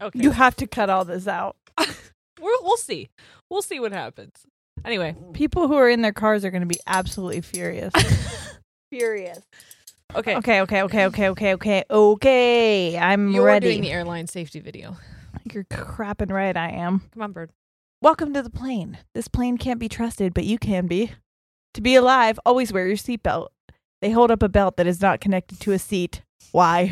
Okay. You have to cut all this out. We're, we'll see. We'll see what happens. Anyway, People who are in their cars are going to be absolutely furious. (laughs) furious. okay. Okay, okay, okay, okay, okay, okay, okay. I'm You're ready. doing the airline safety video. You're crapping right, I am. Come on, bird. Welcome to the plane. This plane can't be trusted, but you can be. To be alive, always wear your seatbelt. They hold up a belt that is not connected to a seat. Why?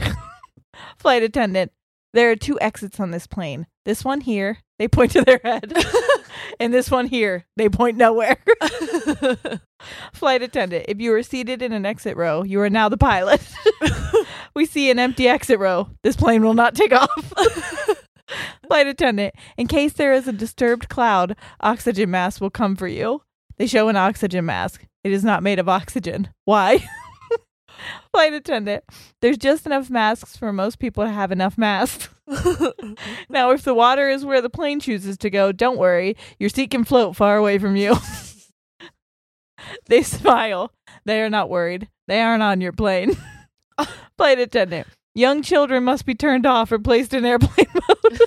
(laughs) Flight attendant, there are two exits on this plane. This one here, they point to their head. and this one here, they point nowhere. Flight attendant, if you were seated in an exit row, you are now the pilot. (laughs) we see an empty exit row. This plane will not take off. (laughs) Flight attendant, in case there is a disturbed cloud, oxygen mask will come for you. They show an oxygen mask. It is not made of oxygen. Why? (laughs) Flight attendant, there's just enough masks for most people to have enough masks. (laughs) now, if the water is where the plane chooses to go, don't worry. Your seat can float far away from you. (laughs) they smile. They are not worried. They aren't on your plane. Flight attendant. Young children must be turned off or placed in airplane (laughs) mode.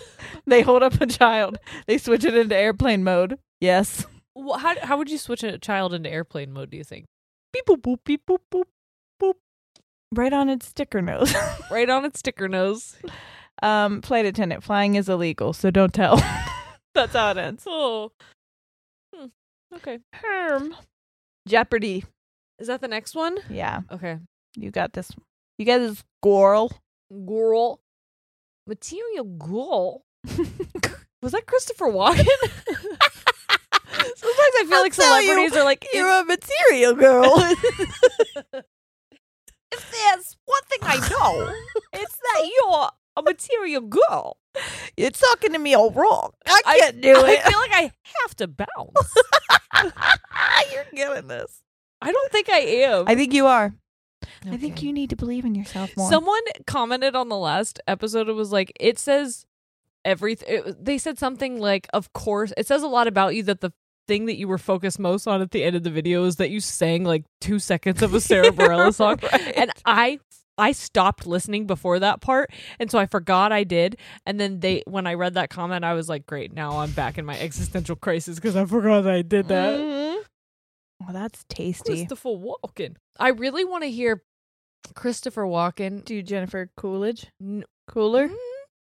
they hold up a child. They switch it into airplane mode. Yes. Wh- How, how would you switch a child into airplane mode, do you think? Beep boop boop beep boop boop. Right on its sticker nose. Right on its sticker nose. (laughs) um, flight attendant, flying is illegal, so don't tell. (laughs) That's how it ends. Oh. Hmm. Okay. Herm. Jeopardy. Is that the next one? Yeah, Okay. you got this. You got this, girl. Girl. Material girl. Was that Christopher (laughs) Walken? Sometimes I feel I'll like tell you, celebrities are like in- a material (laughs) girl. if there's one thing I (laughs) know, it's that you're a material girl. You're talking to me all wrong. I I- can't do I it. feel like I have to bounce. (laughs) You're killing this. I don't think I am. I think you are. I think Okay. you need to believe in yourself more. (laughs) Someone commented on the last episode. It was like it says everything. It, they said something like, "Of course." It says a lot about you that the thing that you were focused most on at the end of the video is that you sang like two seconds of a Sarah Bareilles song, (laughs) and I. I stopped listening before that part, and so I forgot I did. And then they, when I read that comment, I was like, "Great, now I'm back in my existential crisis because I forgot I did that." well, that's tasty. Mm, Christopher Walken. I really want to hear Christopher Walken Do Jennifer Coolidge? N- Cooler?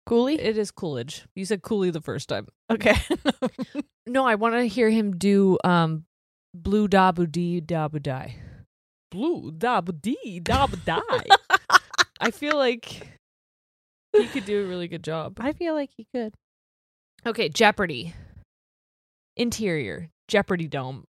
Cooley? It is Coolidge. You said Cooley the first time. Okay. (laughs) No, I want to hear him do um blue dabu dee dabu die. Blue dabu dee dabu (laughs) die. I feel like he could do a really good job. I feel like he could. Okay, Jeopardy. Interior. Jeopardy dome.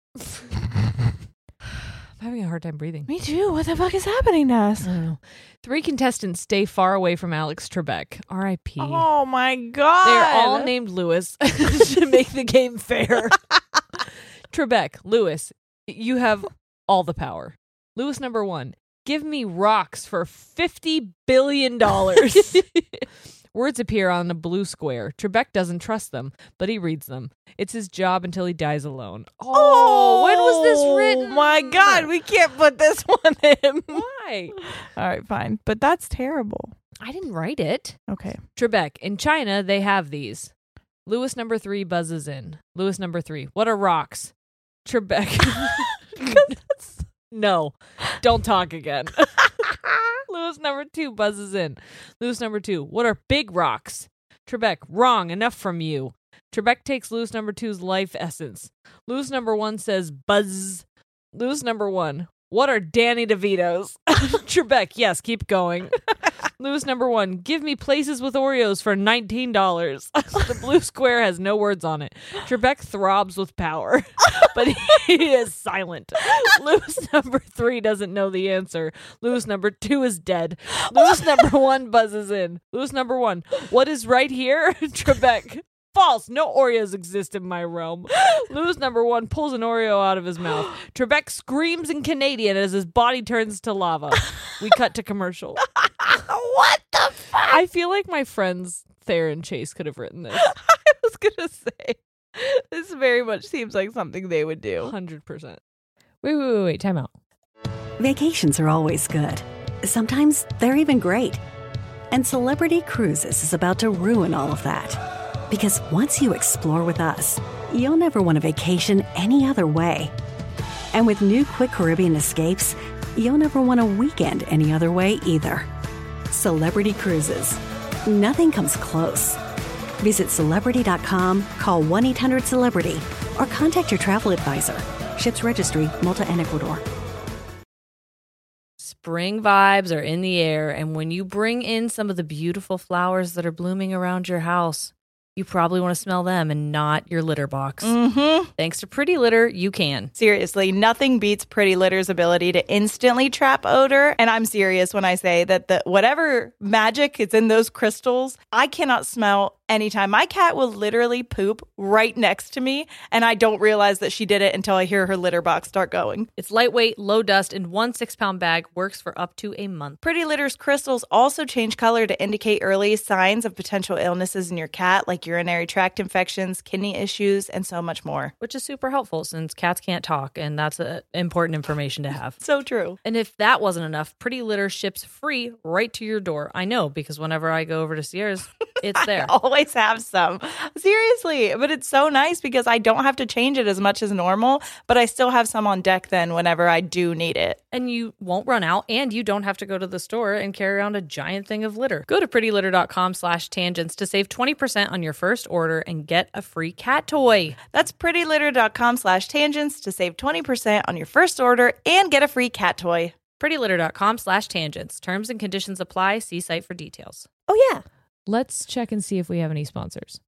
I'm having a hard time breathing. Me too. What the fuck is happening to us? Oh. Three contestants stay far away from Alex Trebek. R.I.P. Oh my god. They're all named Lewis (laughs) to make the (laughs) game fair. Trebek, Lewis, you have all the power. Lewis number one, give me rocks for $50 billion. (laughs) Words appear on a blue square. Trebek doesn't trust them, but he reads them. It's his job until he dies alone. Oh, when was this written? Oh my god, we can't put this (laughs) one in. Why? all right, fine. But that's terrible. I didn't write it. Okay. Trebek, in China, they have these. Lewis number three buzzes in. Lewis number three, what are rocks? Trebek. (laughs) no, don't talk again. (laughs) Lewis number two buzzes in. Lewis number two, what are big rocks? Trebek, wrong, enough from you. Trebek takes Lewis number two's life essence. Lewis number one says, buzz. Lewis number one, what are Danny DeVito's? (laughs) Trebek, yes, keep going. (laughs) Lewis number one, give me places with Oreos for $19. (laughs) the blue square has no words on it. Trebek throbs with power, (laughs) but he is silent. Lewis number three doesn't know the answer. Lewis number two is dead. Lewis number one buzzes in. Lewis number one, what is right here? (laughs) Trebek. False. No Oreos exist in my realm. Lewis number one pulls an Oreo out of his mouth. Trebek screams in Canadian as his body turns to lava. We cut to commercial. what the fuck? I feel like my friends Thayer and Chase could have written this. I was gonna say this very much seems like something they would do. 100%. Wait, wait, wait, wait. Time out. Vacations are always good. Sometimes they're even great. And Celebrity Cruises is about to ruin all of that. Because once you explore with us, you'll never want a vacation any other way. And with new Quick Caribbean escapes, you'll never want a weekend any other way either. Celebrity Cruises. Nothing comes close. Visit celebrity.com, call 1 800 Celebrity, or contact your travel advisor. Ships Registry, Malta and Ecuador. Spring vibes are in the air, and when you bring in some of the beautiful flowers that are blooming around your house, you probably want to smell them and not your litter box. Mm-hmm. Thanks to Pretty Litter, you can. Seriously, nothing beats Pretty Litter's ability to instantly trap odor. And I'm serious when I say that the whatever magic is in those crystals, I cannot smell anytime. My cat will literally poop right next to me, and I don't realize that she did it until I hear her litter box start going. It's lightweight, low dust, and one six pound bag works for up to a month. Pretty Litter's crystals also change color to indicate early signs of potential illnesses in your cat, like urinary tract infections, kidney issues, and so much more. which is super helpful since cats can't talk, and that's uh important information to have. So true. And if that wasn't enough, Pretty Litter ships free right to your door. I know because whenever I go over to (laughs) Sierra's, it's there. I (laughs) always have some. Seriously, but it's so nice because I don't have to change it as much as normal, but I still have some on deck then whenever I do need it. and you won't run out and you don't have to go to the store and carry around a giant thing of litter go to prettylitter.com slash tangents to save 20% on your first order and get a free cat toy That's prettylitter.com slash tangents to save 20% on your first order and get a free cat toy. prettylitter.com slash tangents terms and conditions apply see site for details Oh, yeah. Let's check and see if we have any sponsors.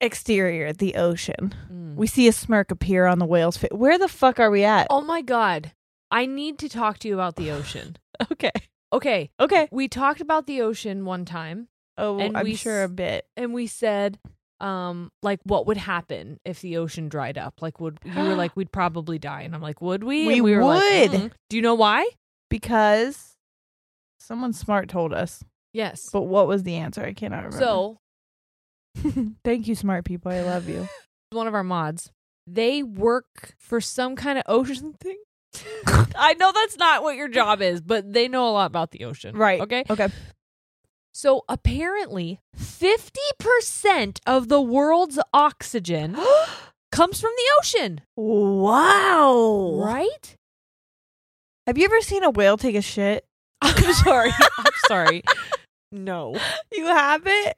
Exterior, the ocean. We see a smirk appear on the whale's face. Where the fuck are we at? Oh my God. I need to talk to you about (laughs) the ocean. okay. Okay. Okay. We talked about the ocean one time Oh, And I'm we sure a s- bit. and we said, um, like what would happen if the ocean dried up? Like would you (gasps) were like we'd probably die. And I'm like, would we? We and we were like, would. "Mm." Do you know why? Because someone smart told us. Yes. But what was the answer? I cannot remember. So (laughs) Thank you, smart people. I love you. (laughs) one of our mods. They work for some kind of ocean (laughs) (laughs) thing. I know that's not what your job is, but they know a lot about the ocean. Right. Okay. Okay. So apparently, 50% of the world's (gasps) oxygen comes from the ocean, Wow. right? Have you ever seen a whale take a shit? (laughs) I'm sorry. I'm sorry. No. You have it?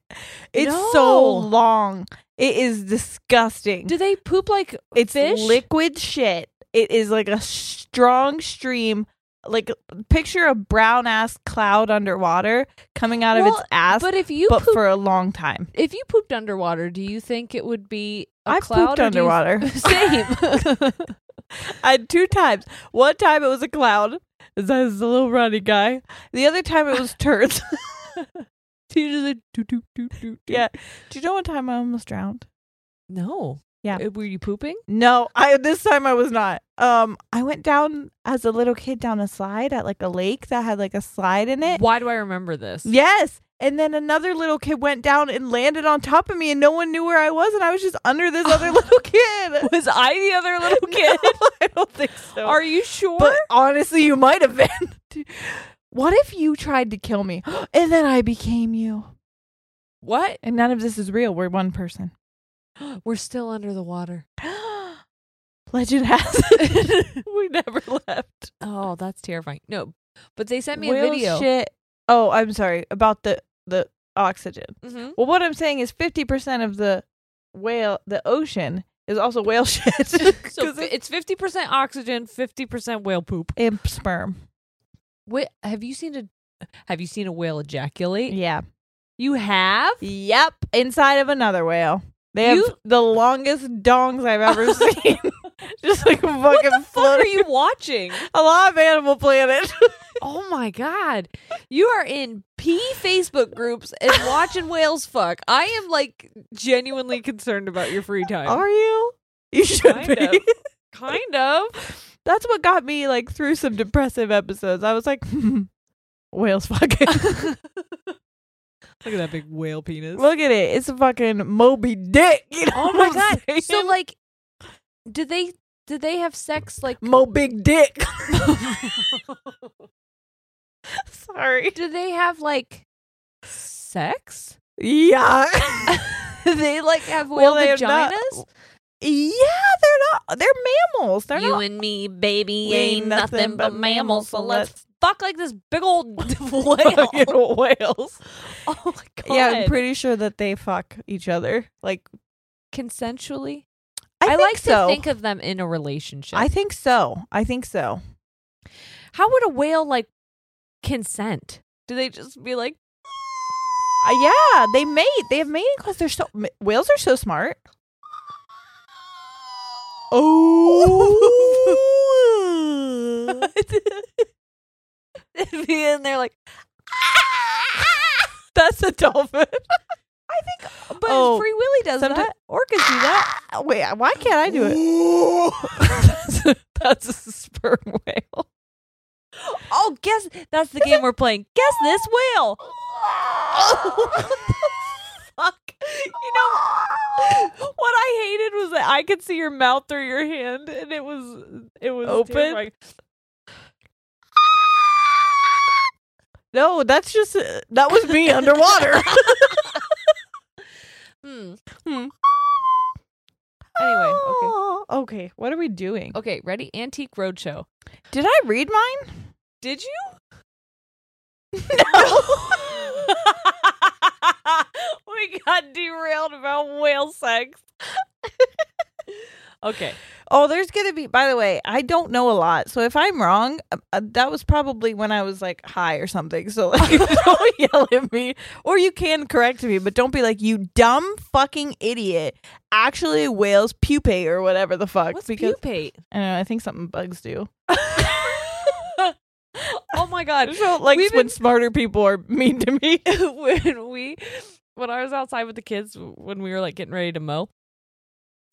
It's No. so long. It is disgusting. Do they poop like it's fish? liquid shit. It is like a strong stream. Like picture a brown ass cloud underwater coming (laughs) out of Well, its ass, but if you but poop, for a long time. if you pooped underwater, do you think it would be a I cloud pooped or do you- underwater. (laughs) (laughs) Same. I had two times. One time it was a cloud. This is a little runny guy. The other time it was turds. (laughs) Usually, doot, doot, doot, doot, doot. yeah. (laughs) Do you know one time I almost drowned? No. Yeah. Uh, Were you pooping? No, I this time I was not. Um, I went down as a little kid down a slide at like a lake that had like a slide in it. Why do I remember this? Yes. And then another little kid went down and landed on top of me, and no one knew where I was, and I was just under this (laughs) other little kid. (laughs) Was I the other little kid? (laughs) No, (laughs) I don't think so. Are you sure? but honestly, you might have (laughs) been. what if you tried to kill me, (gasps) and then I became you? what? And none of this is real. We're one person. We're still under the water. (gasps) Legend (laughs) has it we never left. Oh, that's terrifying. No. But they sent me a Whale video. Shit. Oh, I'm sorry about the the oxygen. (laughs) Mhm. Well, what I'm saying is 50% of the whale, the ocean, is also whale (laughs) shit. (laughs) So 'Cause fi- it- it's 50% oxygen, 50% whale poop. and sperm. Wait, have you seen a have you seen a whale ejaculate? Yeah. You have? Yep. Inside of another whale. They have You- the longest dongs I've (laughs) ever seen. (laughs) Just like fucking What the fuck are floating. you watching? A lot of Animal Planet. (laughs) Oh my god. You are in P Facebook groups (laughs) and watching whales fuck. I am like genuinely concerned about your free time. Are you? You should (laughs) Kind be. of. Kind of. That's what got me like through some depressive episodes. I was like, hmm, whales fucking. Look at that big whale penis. Look at it. It's a fucking Moby Dick. You know oh my what I'm god. (laughs) saying? So like do they do they have sex like Mo Big Dick. Sorry. do they have like sex? Yeah. (laughs) they like have whale they have vaginas? not- (laughs) yeah, they're not. They're mammals. They're you not. and me baby We ain't nothing but mammals so let's Fuck like this big old (laughs) whale. fucking whales. (laughs) Oh my god. Yeah, I'm pretty sure that they fuck each other. Like, consensually. I, think like so. to think of them in a relationship. I think so. I think so. (laughs) How would a whale like consent? Do they just be like Uh, yeah, they mate. They have mating calls. They're so m- whales are so smart. Oh. It'd (laughs) be in there like, that's a dolphin. I think, but Oh, Free Willy does someti- that. Orcas do that. (laughs) Wait, why can't I do it? that's, a, that's a sperm whale. Oh, guess that's the game we're playing. Guess this (laughs) whale. Fuck. You know what I hated was that I could see your mouth through your hand, and it was it was Open? terrifying. no, that's just uh, that was me underwater. (laughs) Hmm. Anyway, okay, okay, what are we doing? okay. Ready? Antique Roadshow. Did I read mine? Did you? (laughs) we got derailed about whale sex. (laughs) okay. Oh, there's gonna be. By the way, I don't know a lot, so if I'm wrong, uh, uh, that was probably when I was like high or something. So like, (laughs) (laughs) don't yell at me, or you can correct me, but don't be like you dumb fucking idiot. Actually, whales pupate or whatever the fuck. What's because pupate? I don't know. I think something bugs (laughs) do. oh (laughs) my god. So like We've when been- smarter people are mean to me. (laughs) when we when I was outside with the kids when we were like getting ready to mow,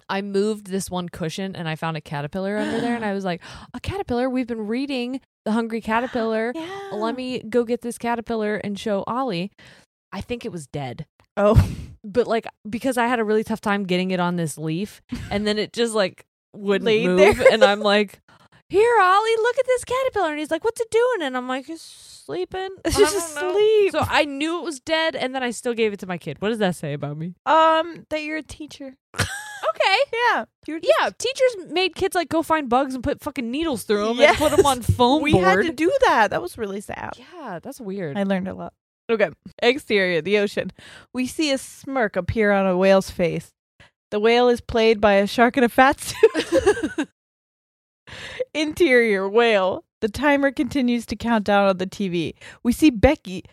I moved this one cushion and I found a caterpillar under there (gasps) and I was like, "A caterpillar. We've been reading The Hungry Caterpillar. Yeah. Let me go get this caterpillar and show Ollie." I think it was dead. Oh, but like because I had a really tough time getting it on this leaf, and then it just like wouldn't Laid move, there. and I'm like, "Here, Ollie, look at this caterpillar," and he's like, "What's it doing?" And I'm like, "It's sleeping. (laughs) It's I don't just know." asleep. So I knew it was dead, and then I still gave it to my kid. What does that say about me? um, that you're a teacher. Okay. Yeah, you're just- Yeah, teachers made kids like go find bugs and put fucking needles through them and put them Yes. on foam We board. had to do that. That was really sad. yeah, that's weird. I learned a lot. Okay. Exterior, the ocean. We see a smirk appear on a whale's face. The whale is played by a shark in a fat suit. (laughs) Interior, whale. The timer continues to count down on the TV. We see Becky.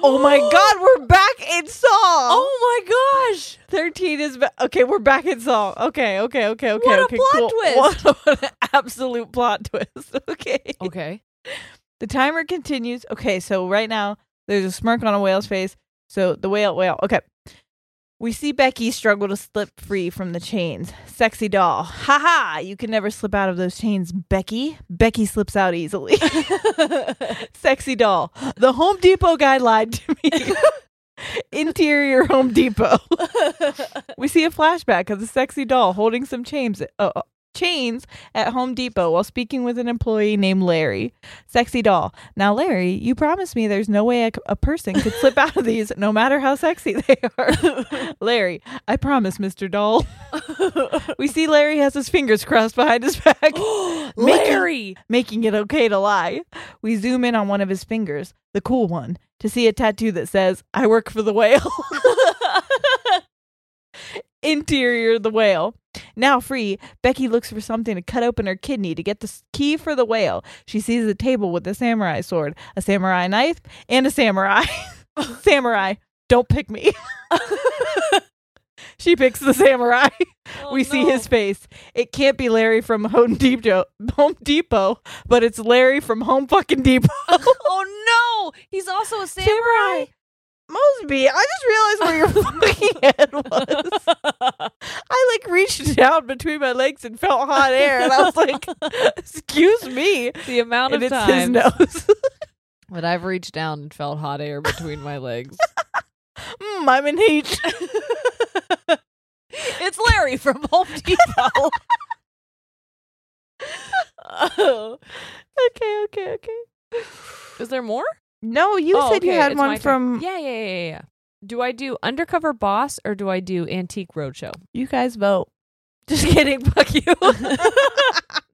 Oh (gasps) my God, we're back in Saw. Oh my gosh! 13 is ba- okay. We're back in Saw. Okay, okay, okay, okay. What a okay, plot cool. twist. What, (laughs) what an absolute plot twist. (laughs) Okay. (laughs) Okay. The timer continues. Okay, so right now there's a smirk on a whale's face. So the whale, whale. Okay. We see Becky struggle to slip free from the chains. Sexy doll. Ha ha! You can never slip out of those chains, Becky. Becky slips out easily. (laughs) Sexy doll. The Home Depot guy lied to me. (laughs) Interior Home Depot. (laughs) we see a flashback of the sexy doll holding some chains. Uh, uh, chains at Home Depot while speaking with an employee named Larry. Sexy doll. Now, Larry, you promised me there's no way a, a person could slip out of these, no matter how sexy they are. Larry, I promise, Mr. Doll. (laughs) we see Larry has his fingers crossed behind his back. Larry! Making it okay to lie. We zoom in on one of his fingers, the cool one, to see a tattoo that says, I work for the whale. (laughs) Interior, the whale. Now free, Becky looks for something to cut open her kidney to get the s- key for the whale. She sees a table with a samurai sword, a samurai knife, and a samurai. (laughs) samurai, don't pick me. (laughs) she picks the samurai. Oh, we see his face. It can't be Larry from Home Depot, Home Depot, but it's Larry from Home fucking Depot. (laughs) oh no! He's also a samurai. Mosby, I just realized where your (laughs) fucking head was. I like reached down between my legs and felt hot air, and I was (laughs) like, "Excuse me," The amount and of it's his times nose. (laughs) that I've reached down and felt hot air between my legs. mm, I'm in heat. (laughs) it's Larry from Home (laughs) Depot. oh. okay, okay, okay. Is there more? No, you Oh, said you okay, had it's my one turn. from. Yeah, yeah, yeah, yeah, yeah. Do I do Undercover Boss or do I do Antique Roadshow? You guys vote. (laughs) Just kidding. Fuck you. (laughs)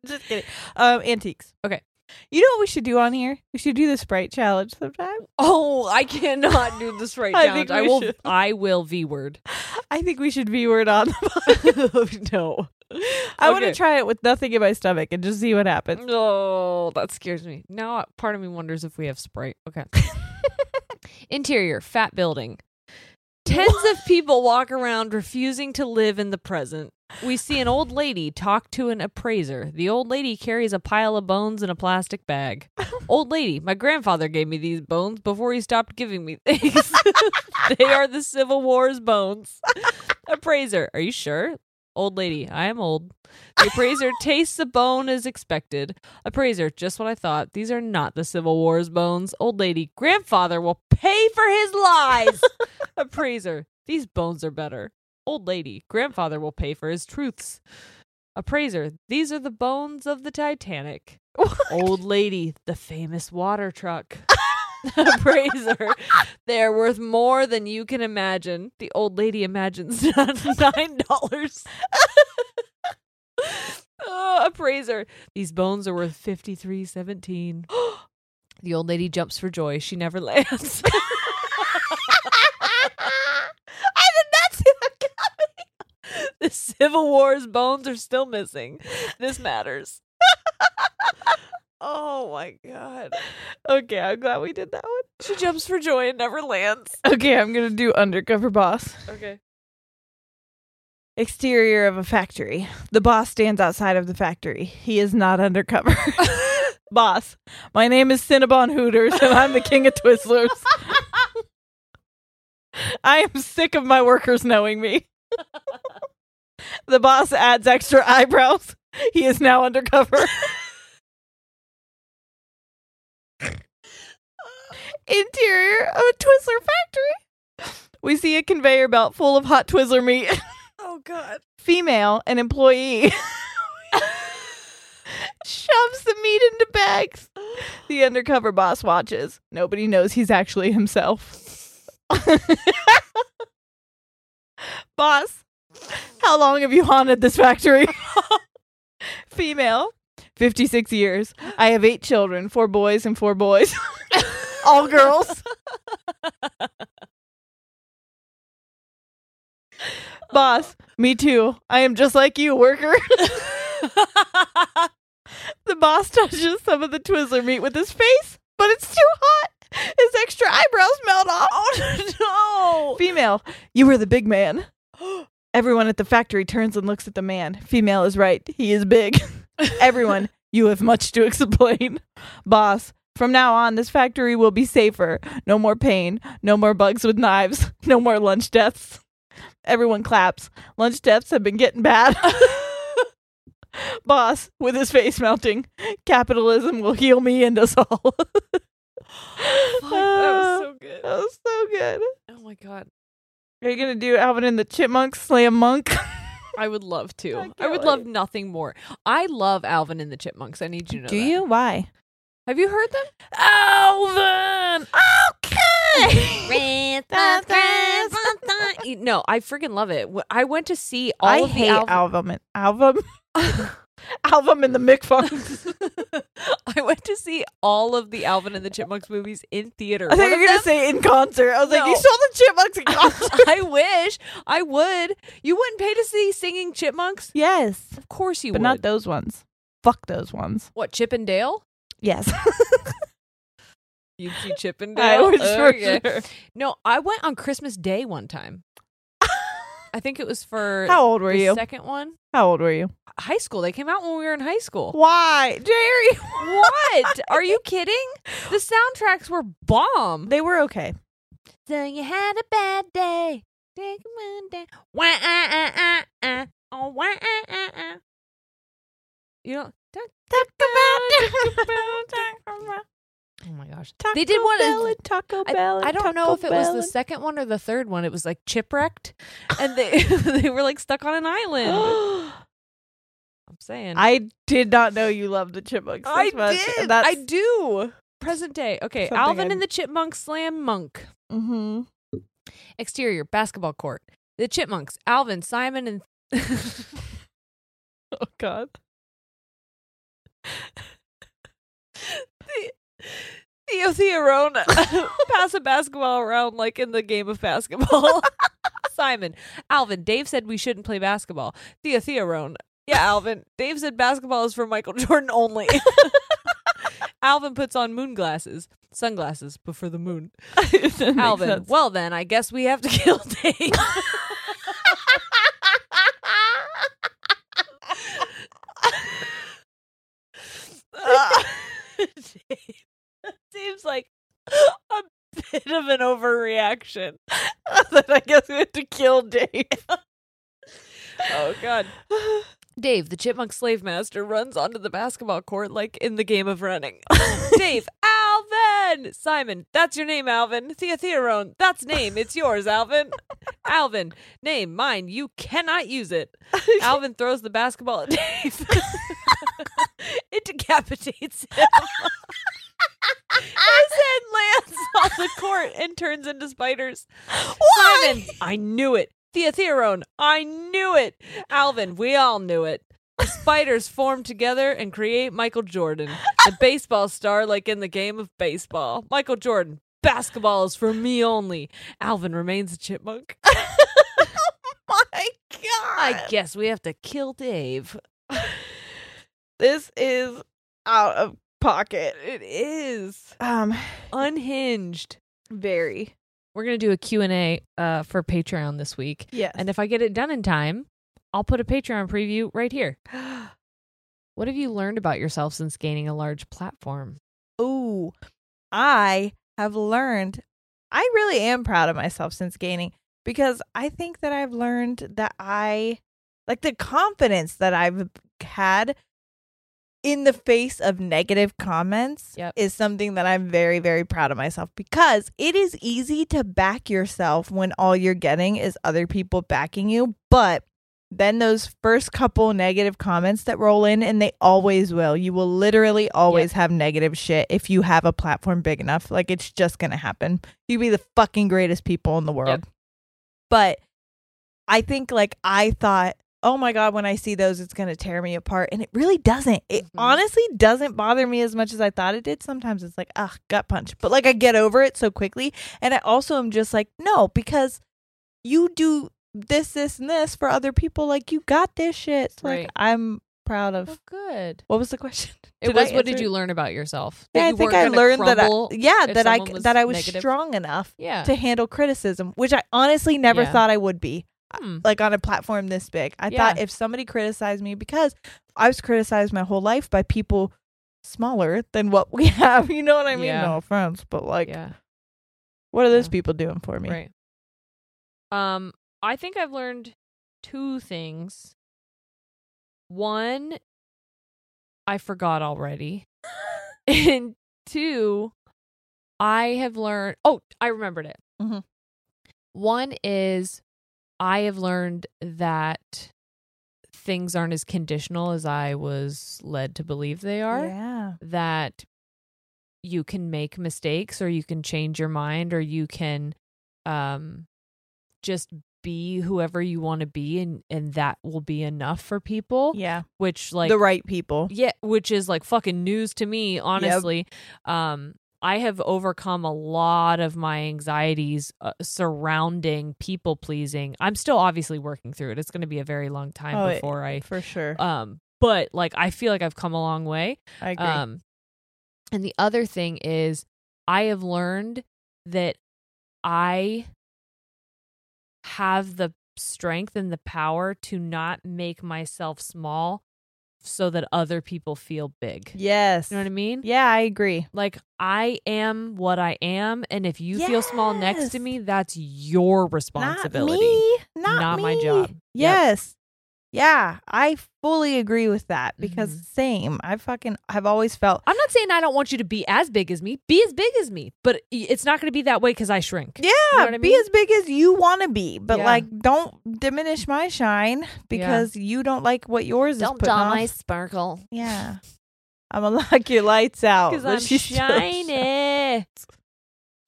just kidding. Um, antiques. Okay. You know what we should do on here? We should do the sprite challenge sometime. Oh, I cannot do this right I now. think (laughs) I we will. should. I will V word. I think we should be word on the (laughs) podcast. no. I want to Okay. try it with nothing in my stomach and just see what happens. No, Oh, that scares me. Now, part of me wonders if we have Sprite. Okay. Interior, fat building. Tens of people walk around refusing to live in the present. We see an old lady talk to an appraiser. The old lady carries a pile of bones in a plastic bag. Old lady, my grandfather gave me these bones before he stopped giving me things. (laughs) they are the Civil War's bones. (laughs) Appraiser, are you sure? Old lady, I am old. The appraiser tastes the bone as expected. Appraiser, just what I thought. These are not the Civil War's bones. Old lady, grandfather will pay for his lies. Appraiser, these bones are better. Old lady, grandfather will pay for his truths. Appraiser, these are the bones of the Titanic. Old lady, the famous water truck. Appraiser, they're worth more than you can imagine. The old lady imagines (laughs) nine dollars. Oh, appraiser. These bones are worth fifty three seventeen. the old lady jumps for joy. She never (laughs) (laughs) lands. I did not see that coming. the Civil War's bones are still missing. (laughs) This matters. oh my god. Okay, I'm glad we did that one. She jumps for joy and never lands. Okay, I'm gonna do undercover boss. Okay. Exterior of a factory. The boss stands outside of the factory. He is not (laughs) undercover. boss, my name is Cinnabon Hooters and I'm the king of Twizzlers. I am sick of my workers knowing (laughs) me. the boss adds extra eyebrows. He is now undercover. Interior of a Twizzler factory. We see a conveyor belt full of hot Twizzler meat. (laughs) Oh god. Female, an employee, (laughs) shoves the meat into bags. The undercover boss watches. Nobody knows he's actually himself. (laughs) boss, how long have you haunted this factory? (laughs) Female, 56 years. I have eight children, four boys and four boys. (laughs) All girls. Oh. Boss, me too. I am just like you, worker. (laughs) the boss touches some of the Twizzler meat with his face, but it's too hot. His extra eyebrows melt off. Oh, no. Female, you were the big man. Everyone at the factory turns and looks at the man. Female is right. He is (laughs) big. Everyone, you have much to explain. Boss, from now on, this factory will be safer. No more pain. No more bugs with knives. (laughs) No more lunch deaths. Everyone claps. Lunch deaths have been getting bad. (laughs) Boss, with his face melting, capitalism will heal me and us all. (laughs) Ah. was so good. That was so good. Oh my god. Are you gonna do Alvin and the Chipmunks slam monk? I would love to. I I would can't love wait. nothing more. I love Alvin and the Chipmunks. I need you to know. Do that. you? Why? Have you heard them? (laughs) Alvin. (laughs) Okay. (laughs) E, no, I freaking love it. Wh- I went to see all I of the hate Alvin. Alvin. and- Alvin. Alvin and the McFunks. (laughs) I went to see all of the Alvin and the Chipmunks movies in theater. I thought One you were of gonna them- say in concert. I was like, No. you saw the Chipmunks in (laughs) (laughs) concert. I wish I would. You wouldn't pay to see singing chipmunks? yes, Of course you but would. not those ones. Fuck those ones. what Chip and Dale? Yes. (laughs) You'd see Chip and (laughs) Dale. I was Okay. for sure. No, I went on Christmas Day (laughs) one time. I think it was for How old were the you? second one. How old were you? High school. They came out when we were in high school. Why, Jerry? (laughs) What? Are you kidding? The soundtracks were bomb. They were okay. So you had a bad day. Take one day. Wah, ah, ah, ah, ah. Oh, wah, ah, ah, ah. You don't. Talk, talk about, (laughs) talk about, talk about. Oh my gosh. They did one of- Bell and Taco I, Bell. and I don't know Taco if it was Bell the and- second one or the third one. It was like chipwrecked, and they (laughs) they were like stuck on an island. (gasps) I'm saying I did not know you loved the Chipmunks. I as much. did. That's, I do. Present day. Okay, Something Alvin I'd- and the Chipmunk slam monk. Mhm. Exterior basketball court. The Chipmunks, Alvin, Simon, and (laughs) Oh God. (laughs) Theo Theorone pass a basketball around like in the game (laughs) of basketball. Simon, Alvin, Dave said we shouldn't play basketball. Theo (laughs) (laughs) Theorone. Yeah, Alvin. Dave said basketball is for Michael Jordan only. Alvin puts on moon glasses, sunglasses, but for the moon. Alvin. Alvin, well then, I guess we have to kill Dave. Dave. That (laughs) seems like a bit of an overreaction. (laughs) Then I guess we have to kill Dave. oh god. (sighs) Dave, the chipmunk slave master, runs onto the basketball court like in the game of (laughs) running. Dave, Alvin! Simon, that's your name, Alvin. Thea Theorone, that's name, it's yours, Alvin. Alvin, name, mine, you cannot use (laughs) it. Alvin throws the basketball at (laughs) Dave. it decapitates him. His head (laughs) lands (laughs) on the court and turns into spiders. Simon, I knew it. Thea Theorone, I knew it. Alvin, we all knew it. The spiders form together and create Michael Jordan, the baseball star like in the game of baseball. Michael Jordan, basketball is for me only. Alvin remains (laughs) a chipmunk. Oh My God. I guess we have to kill Dave. this is out of pocket. It is Um, unhinged. very. We're gonna do a Q&A uh, for Patreon this week. Yes. And if I get it done in time, I'll put a Patreon preview (gasps) right here. What have you learned about yourself since gaining a large platform? Ooh, I have learned. I really am proud of myself since gaining because I think that I've learned that I like the confidence that I've had in the face of negative comments Yep. is something that I'm very, very proud of myself because it is easy to back yourself when all you're getting is other people backing you. But then those first couple negative comments that roll in, and they always will. You will literally always have negative shit if you have a platform big enough. Like it's just gonna happen. You'd be the fucking greatest people in the world. But I think like I thought, oh my God, when I see those, it's going to tear me apart. And it really doesn't. It Mm-hmm. honestly doesn't bother me as much as I thought it did. Sometimes it's like, ah, gut punch. But like I get over it so quickly. And I also am just like, no, because you do this, this, and this for other people. Like you got this shit. Like Right. I'm proud of. good. What was the question? It Did Oh, I was what did answer you learn about yourself? Yeah, That I you think I weren't gonna learned that. I, crumble yeah, if that I someone that I was negative. strong enough Yeah. to handle criticism, which I honestly never Uh. Yeah. thought I would be Hmm. like on a platform this big. I thought Yeah. if somebody criticized me because I was criticized my whole life by people smaller than what we (laughs) have. You know what I mean? Yeah. No offense, but like, yeah. what are those Yeah. people doing for me? Right. Um, I think I've learned two things. One, I (laughs) forgot already. and two, I have learned. Oh, I remembered it. Mhm. One is I have learned that things aren't as conditional as I was led to believe they are Yeah. that you can make mistakes or you can change your mind or you can um just be whoever you want to be and and that will be enough for people Yeah. which like the right people. yeah which is like fucking news to me honestly um i have overcome a lot of my anxieties uh, surrounding people pleasing i'm still obviously working through it it's going to be a very long time Oh, it- (laughs) before i For sure. um but like i feel like i've come a long way I agree. um, and the other thing is, I have learned that I have the strength and the power to not make myself small so that other people feel big. yes. You know what I mean? Yeah, I agree. Like, I am what I am. And if you feel small next to Yes. me, that's your responsibility. Not me. Not, Not my me. job. Yep. Yes. Yeah, I fully agree with that because same. I fucking have always felt Mm-hmm. I'm not saying I don't want you to be as big as me. Be as big as me, but it's not going to be that way because I shrink. Yeah, know what I be mean? as big as you want to be, but Yeah. like, don't diminish my shine because you don't like what yours is. putting off. sparkle. Yeah, I'm gonna (laughs) lock your lights out Because but I'm she's still shiny. shi- Eh.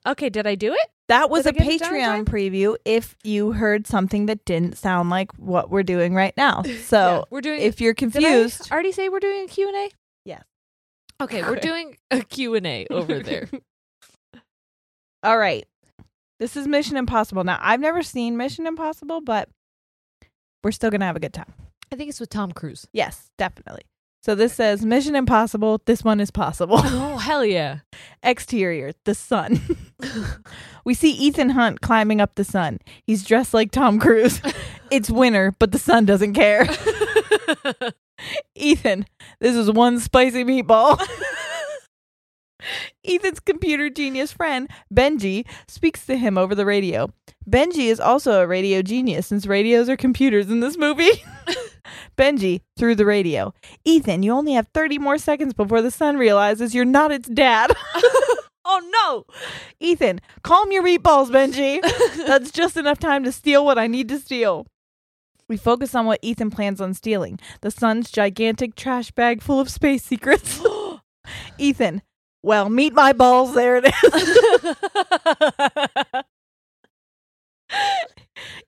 Okay, did I do it? That was Did a I get it done in Patreon time? preview. If you heard something that didn't sound like what we're doing right (laughs) now, so We're doing. if you're did I confused, already say we're doing a Q and A. Yes. Okay, we're Correct. doing a Q and A over there. all right. This is Mission Impossible. Now, I've never seen Mission Impossible, but we're still gonna have a good time. I think it's with Tom Cruise. Yes, definitely. So this says Mission Impossible. This one is possible. (laughs) Oh, hell yeah. Exterior, the sun. (laughs) we see Ethan Hunt climbing up the sun. He's dressed like Tom Cruise. it's winter, but the sun doesn't care. Ethan, this is one spicy meatball. Ethan's computer genius friend, Benji, speaks to him over the radio. Benji is also a radio genius since radios are computers in this movie. (laughs) Benji, through the radio, Ethan, you only have 30 more seconds before the sun realizes you're not its dad. (laughs) Oh, no. Ethan, calm your meatballs, Benji. That's just enough time to steal what I need to steal. We focus on what Ethan plans on stealing the sun's gigantic trash bag full of space secrets. Ethan, well, meet my balls. There it is.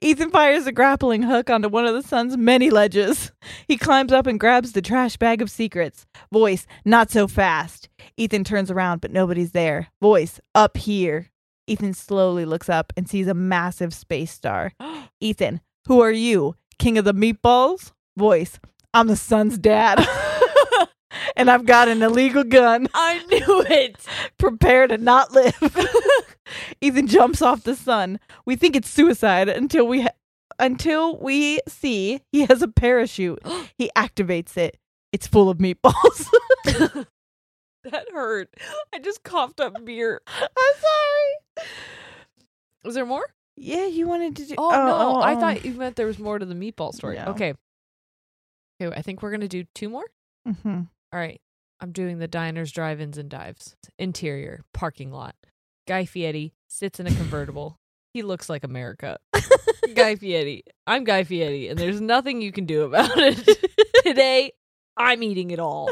Ethan fires a grappling hook onto one of the sun's many ledges. He climbs up and grabs the trash bag of secrets. Voice, not so fast. Ethan turns around, but nobody's there. Voice, up here. Ethan slowly looks up and sees a massive space star. (gasps) Ethan, who are you? King of the meatballs? Voice, I'm the sun's dad. (laughs) and I've got an illegal gun. I knew it. (laughs) Prepare to not (laughs) live. Ethan jumps off the sun. We think it's suicide until we ha- until we see he has a (gasps) parachute. he activates it. It's full of meatballs. (laughs) That hurt. I just coughed up beer. I'm sorry. Was there more? Yeah, you wanted to do. Oh, no. I oh. thought you meant there was more to the meatball story. No. Okay. Okay, I think we're going to do two more. Mhm. All right. I'm doing the diners, drive ins, and dives. Interior, parking lot. Guy Fieri sits in a convertible. he looks like America. (laughs) Guy Fieri. I'm Guy Fieri, and there's nothing you can do about it. Today, I'm eating it all.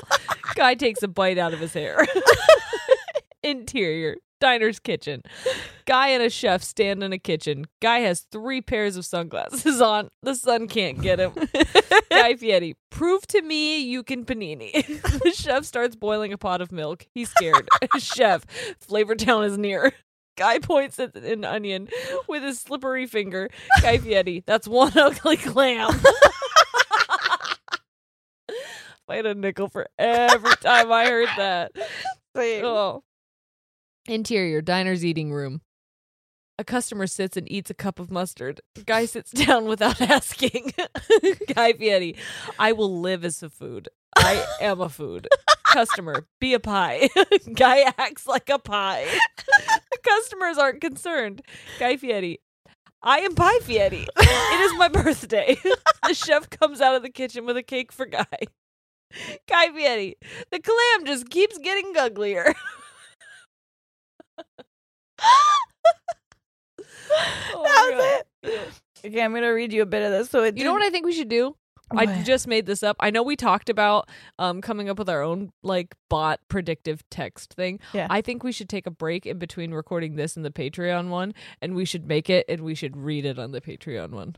Guy takes a bite out of his hair. (laughs) Interior, diner's kitchen. Guy and a chef stand in a kitchen. Guy has three pairs of sunglasses on. The sun can't get him. Guy Fieri, prove to me you can panini. (laughs) the chef starts boiling a pot of milk. He's scared. (laughs) chef, Flavor Town is near. (laughs) Guy points at an onion with his slippery finger. Guy Fieri, that's one (laughs) ugly clam. If I had a nickel for every time I heard that. Oh. Interior diner's eating room. A customer sits and eats a cup of mustard. Guy sits (laughs) down without asking. (laughs) Guy Fieri, I will live as a food. I am a food. Customer, be a pie. (laughs) Guy acts like a pie. (laughs) Customers aren't concerned. Guy Fieri, I am Pie Fieri. It is my birthday. (laughs) the chef comes out of the kitchen with a cake for Guy. (laughs) Guy Fieri, the clam just keeps getting (laughs) uglier. Oh my That was God. it. Okay, I'm gonna read you a bit of this. So it You know what I think we should do? I What? just made this up. I know we talked about um, coming up with our own like bot predictive text thing. Yeah. I think we should take a break in between recording this and the Patreon one, and we should make it and we should read it on the Patreon one.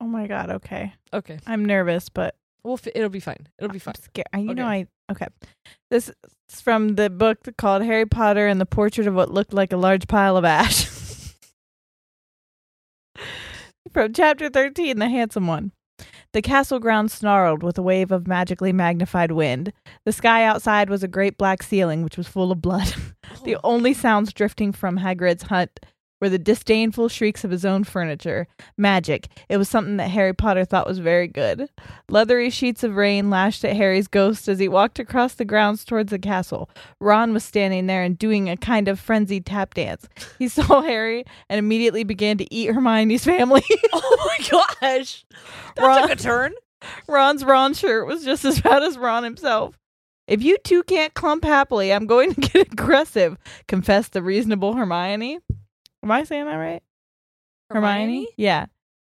oh my god. Okay, Okay, I'm nervous, but we'll f- it'll be fine. It'll be I'm fine. scared. I- You know, I Okay. okay. This is from the book called Harry Potter and the Portrait of What Looked Like a Large Pile of Ash. (laughs) from chapter thirteen, the handsome one. The castle ground snarled with a wave of magically magnified wind. The sky outside was a great black ceiling, which was full of blood. (laughs) the Oh. only sounds drifting from Hagrid's hut were the disdainful shrieks of his own furniture. Magic. It was something that Harry Potter thought was very good. Leathery sheets of rain lashed at Harry's ghost as he walked across the grounds towards the castle. Ron was standing there and doing a kind of frenzied tap dance. He (laughs) saw Harry and immediately began to eat Hermione's family. (laughs) (laughs) (laughs) Oh my gosh, that (laughs) Ron- took a turn. (laughs) Ron's Ron shirt was just as bad as Ron himself. If you two can't clump happily, I'm going to (laughs) get aggressive, confessed the reasonable Hermione. Am I saying that right? Yeah.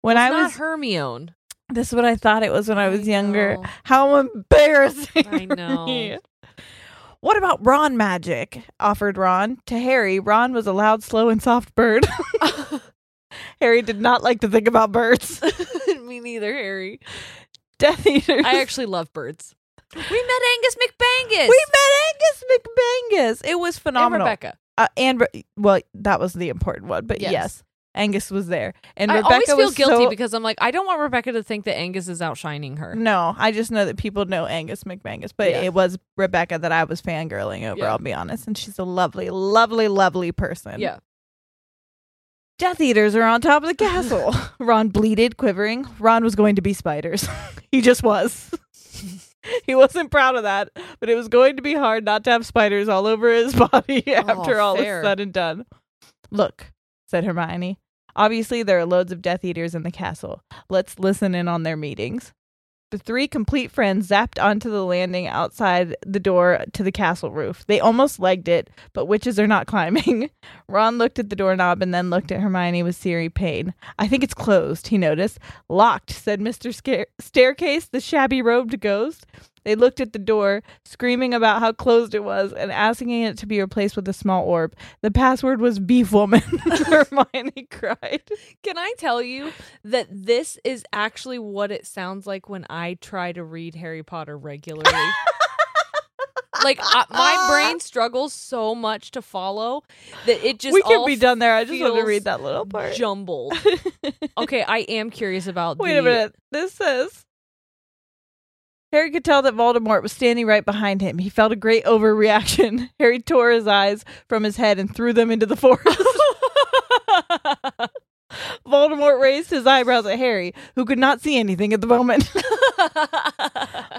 When It's I not was (laughs) Hermione. This is what I thought it was when I was I younger. know. How embarrassing. I (laughs) for know. me. What about Ron magic? offered Ron. To Harry, Ron was a loud, slow, and soft bird. (laughs) Harry did not like to think about birds. (laughs) Me neither, Harry. Death Eaters. I actually love birds. We met Angus McBangus. We met Angus McBangus. It was and phenomenal. Rebecca. Uh, and Re- well, that was the important one, but Yes. yes. Angus was there, and I Rebecca always feel was guilty so- because I'm like, I don't want Rebecca to think that Angus is outshining her. No, (laughs) I just know that people know Angus McMangus, but Yeah. it was Rebecca that I was fangirling over. Yeah. I'll be honest, and she's a lovely, lovely, lovely person. Yeah. Death Eaters are on top of the (laughs) castle. Ron bleated, quivering. Ron was going to be spiders. he just was. (laughs) he wasn't proud of that, but it was going to be hard not to have spiders all over his (laughs) body after all fair. is said and done. Look, said Hermione. Obviously, there are loads of Death Eaters in the castle. Let's listen in on their meetings. The three complete friends zapped onto the landing outside the door to the castle roof. They almost legged it, but witches are not (laughs) climbing. Ron looked at the doorknob and then looked at Hermione with seary pain. I think it's closed, he noticed. Locked, said Mr. Scare- Staircase, the shabby robed ghost. They looked at the door, screaming about how closed it was and asking it to be replaced with a small orb. The password was Beef Woman. (laughs) Hermione cried. Can I tell you that this is actually what it sounds like when I try to read Harry (laughs) Potter regularly? like I, Ah. my brain struggles so much to follow that it just we can all be done there. I just want to feels read that little part. (laughs) jumbled. okay, I am curious about. Wait the, a minute. This says Harry could tell that Voldemort was standing right behind him. He felt a great overreaction. (laughs) Harry tore his eyes from his head and threw them into the (laughs) forest. Voldemort raised his eyebrows at Harry, who could not see anything at the moment.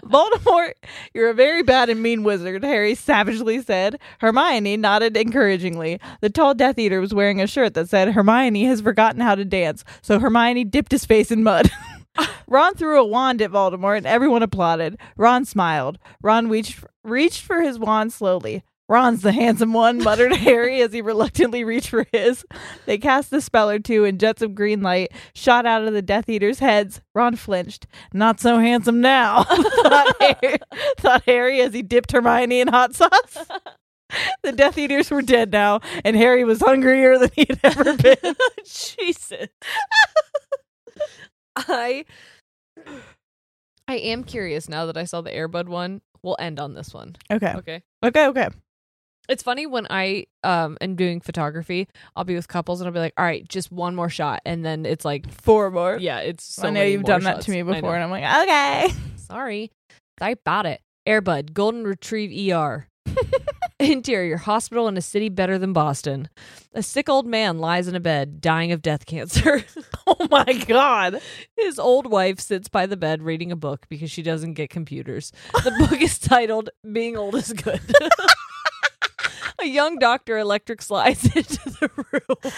Voldemort, you're a very bad and mean wizard, Harry savagely said. Hermione nodded encouragingly. The tall Death Eater was wearing a shirt that said, Hermione has forgotten how to dance, so Hermione dipped his face in mud. (laughs) Ron threw a wand at Voldemort and everyone applauded. Ron smiled. Ron reached, reached for his wand slowly. Ron's the handsome one, muttered (laughs) Harry as he reluctantly reached for his. They cast a spell or two, and jets of green light shot out of the Death Eaters' heads. Ron flinched. Not so handsome now, thought, (laughs) Harry, thought Harry as he dipped Hermione in hot sauce. The Death Eaters were dead now, and Harry was hungrier (laughs) than he'd ever been. (laughs) Jesus. I I am curious now that I saw the Airbud one. We'll end on this one. Okay. Okay. Okay, okay. It's funny when I um am doing photography, I'll be with couples and I'll be like, "All right, just one more shot." And then it's like, Four more. yeah, it's so I know many you've more done that shots. to me I know. before, and I'm like, okay. (laughs) Sorry. I bought it. Airbud, Golden Retrieve ER. (laughs) Interior hospital in a city better than Boston. A sick old man lies in a bed, dying of death cancer. (laughs) oh my God. His old wife sits by the bed reading a book because she doesn't get computers. The book is titled Being Old is Good. (laughs) a young doctor electric slides (laughs) into the room.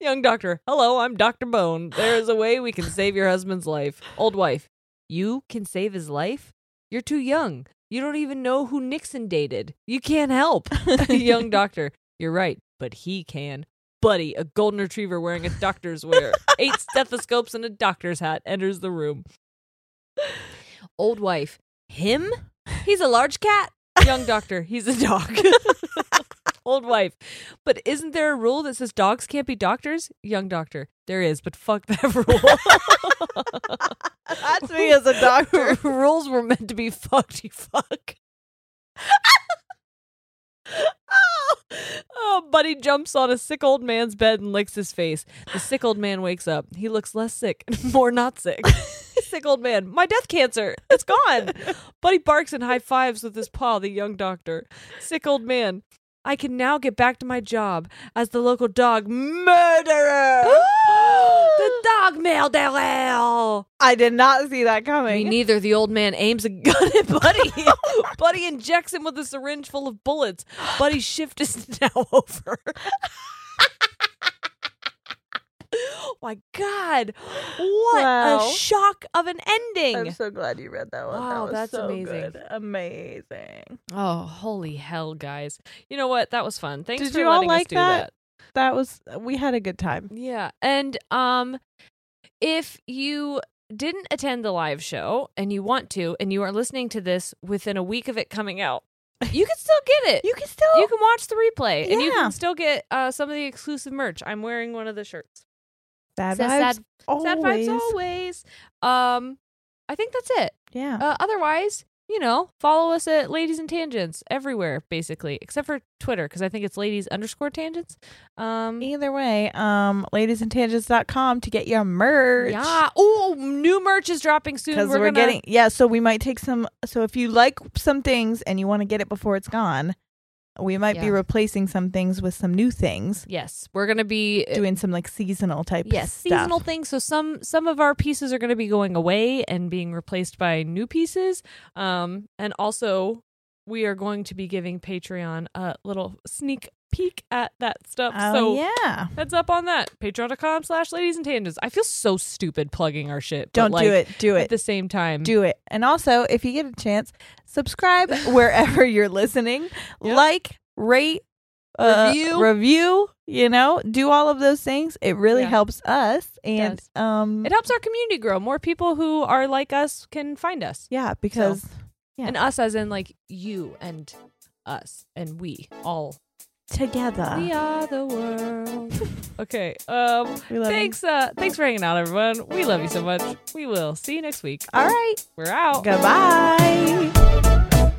Young doctor, hello, I'm Dr. Bone. There is a way we can save your husband's life. Old wife, you can save his life? You're too young. You don't even know who Nixon dated. You can't help. (laughs) young doctor, you're right, but he can. Buddy, a golden retriever wearing a doctor's wear, (laughs) eight stethoscopes, and a doctor's hat enters the room. Old wife, him? He's a large cat. Young doctor, he's a dog. Old wife, but isn't there a rule that says dogs can't be doctors? Young doctor, there is, but fuck that (laughs) rule. That's me as a (laughs) doctor. (laughs) Rules were meant to be fucked, you fuck. (laughs) oh, oh, Buddy jumps on a sick old man's bed and licks his face. The sick old man wakes up. He looks less sick, (laughs) more not sick. sick old man, my death cancer, it's gone. Buddy barks and high fives with his paw, the young doctor. Sick old man, I can now get back to my job as the local dog murderer. (gasps) the dog murderer. I did not see that Me coming. neither. The old man aims a gun at Buddy. (laughs) Buddy injects him with a syringe full of bullets. Buddy's shift is (laughs) now over. My God. What Wow. a shock of an ending. I'm so glad you read that one. Wow, that was that's so amazing. good. Amazing. Oh, holy hell, guys. You know what? That was fun. Thanks Did for you all letting us like do that? that. That was we had a good time. Yeah. And um if you didn't attend the live show and you want to and you are listening to this within a week of it coming out, you can still get it. You can still you can watch the replay and you Yeah. can still get uh, some of the exclusive merch. I'm wearing one of the shirts. sad, Says vibes sad- always. Sad vibes always. Um I think that's it. Yeah. Uh, otherwise, you know, follow us at Ladies and Tangents everywhere, basically, except for Twitter, because I think it's Ladies underscore Tangents. Um, Either way, um, ladiesandtangents.com to get your merch. yeah. Oh, new merch is dropping soon. Because we're, gonna- getting, yeah, so we might take some. So if you like some things and you want to get it before it's gone, we might be Yeah. replacing some things with some new things, yes, we're gonna be doing some like seasonal type yes stuff. seasonal things so some some of our pieces are going to be going away and being replaced by new pieces um and also we are going to be giving patreon a little sneak peek at that stuff Oh, so yeah. heads up on that patreon.com slash ladies and tangents i feel so stupid plugging our shit but, Don't like, do it. Do at it. the same time Mm-hmm. do it. And also, if you get a chance, (laughs) subscribe wherever you're listening. Like, rate, uh, Review. review. You know, do all of those things. It really Yeah. helps us, and does. um, it helps our community grow more people who are like us can find us yeah, because Yeah. and us as in like you and us and we all together We are the world. Ah. (laughs) okay. Um. we love you. Thanks. Uh. Thanks for hanging out, everyone. We love you so much. We will see you next week. All right, We're out. goodbye.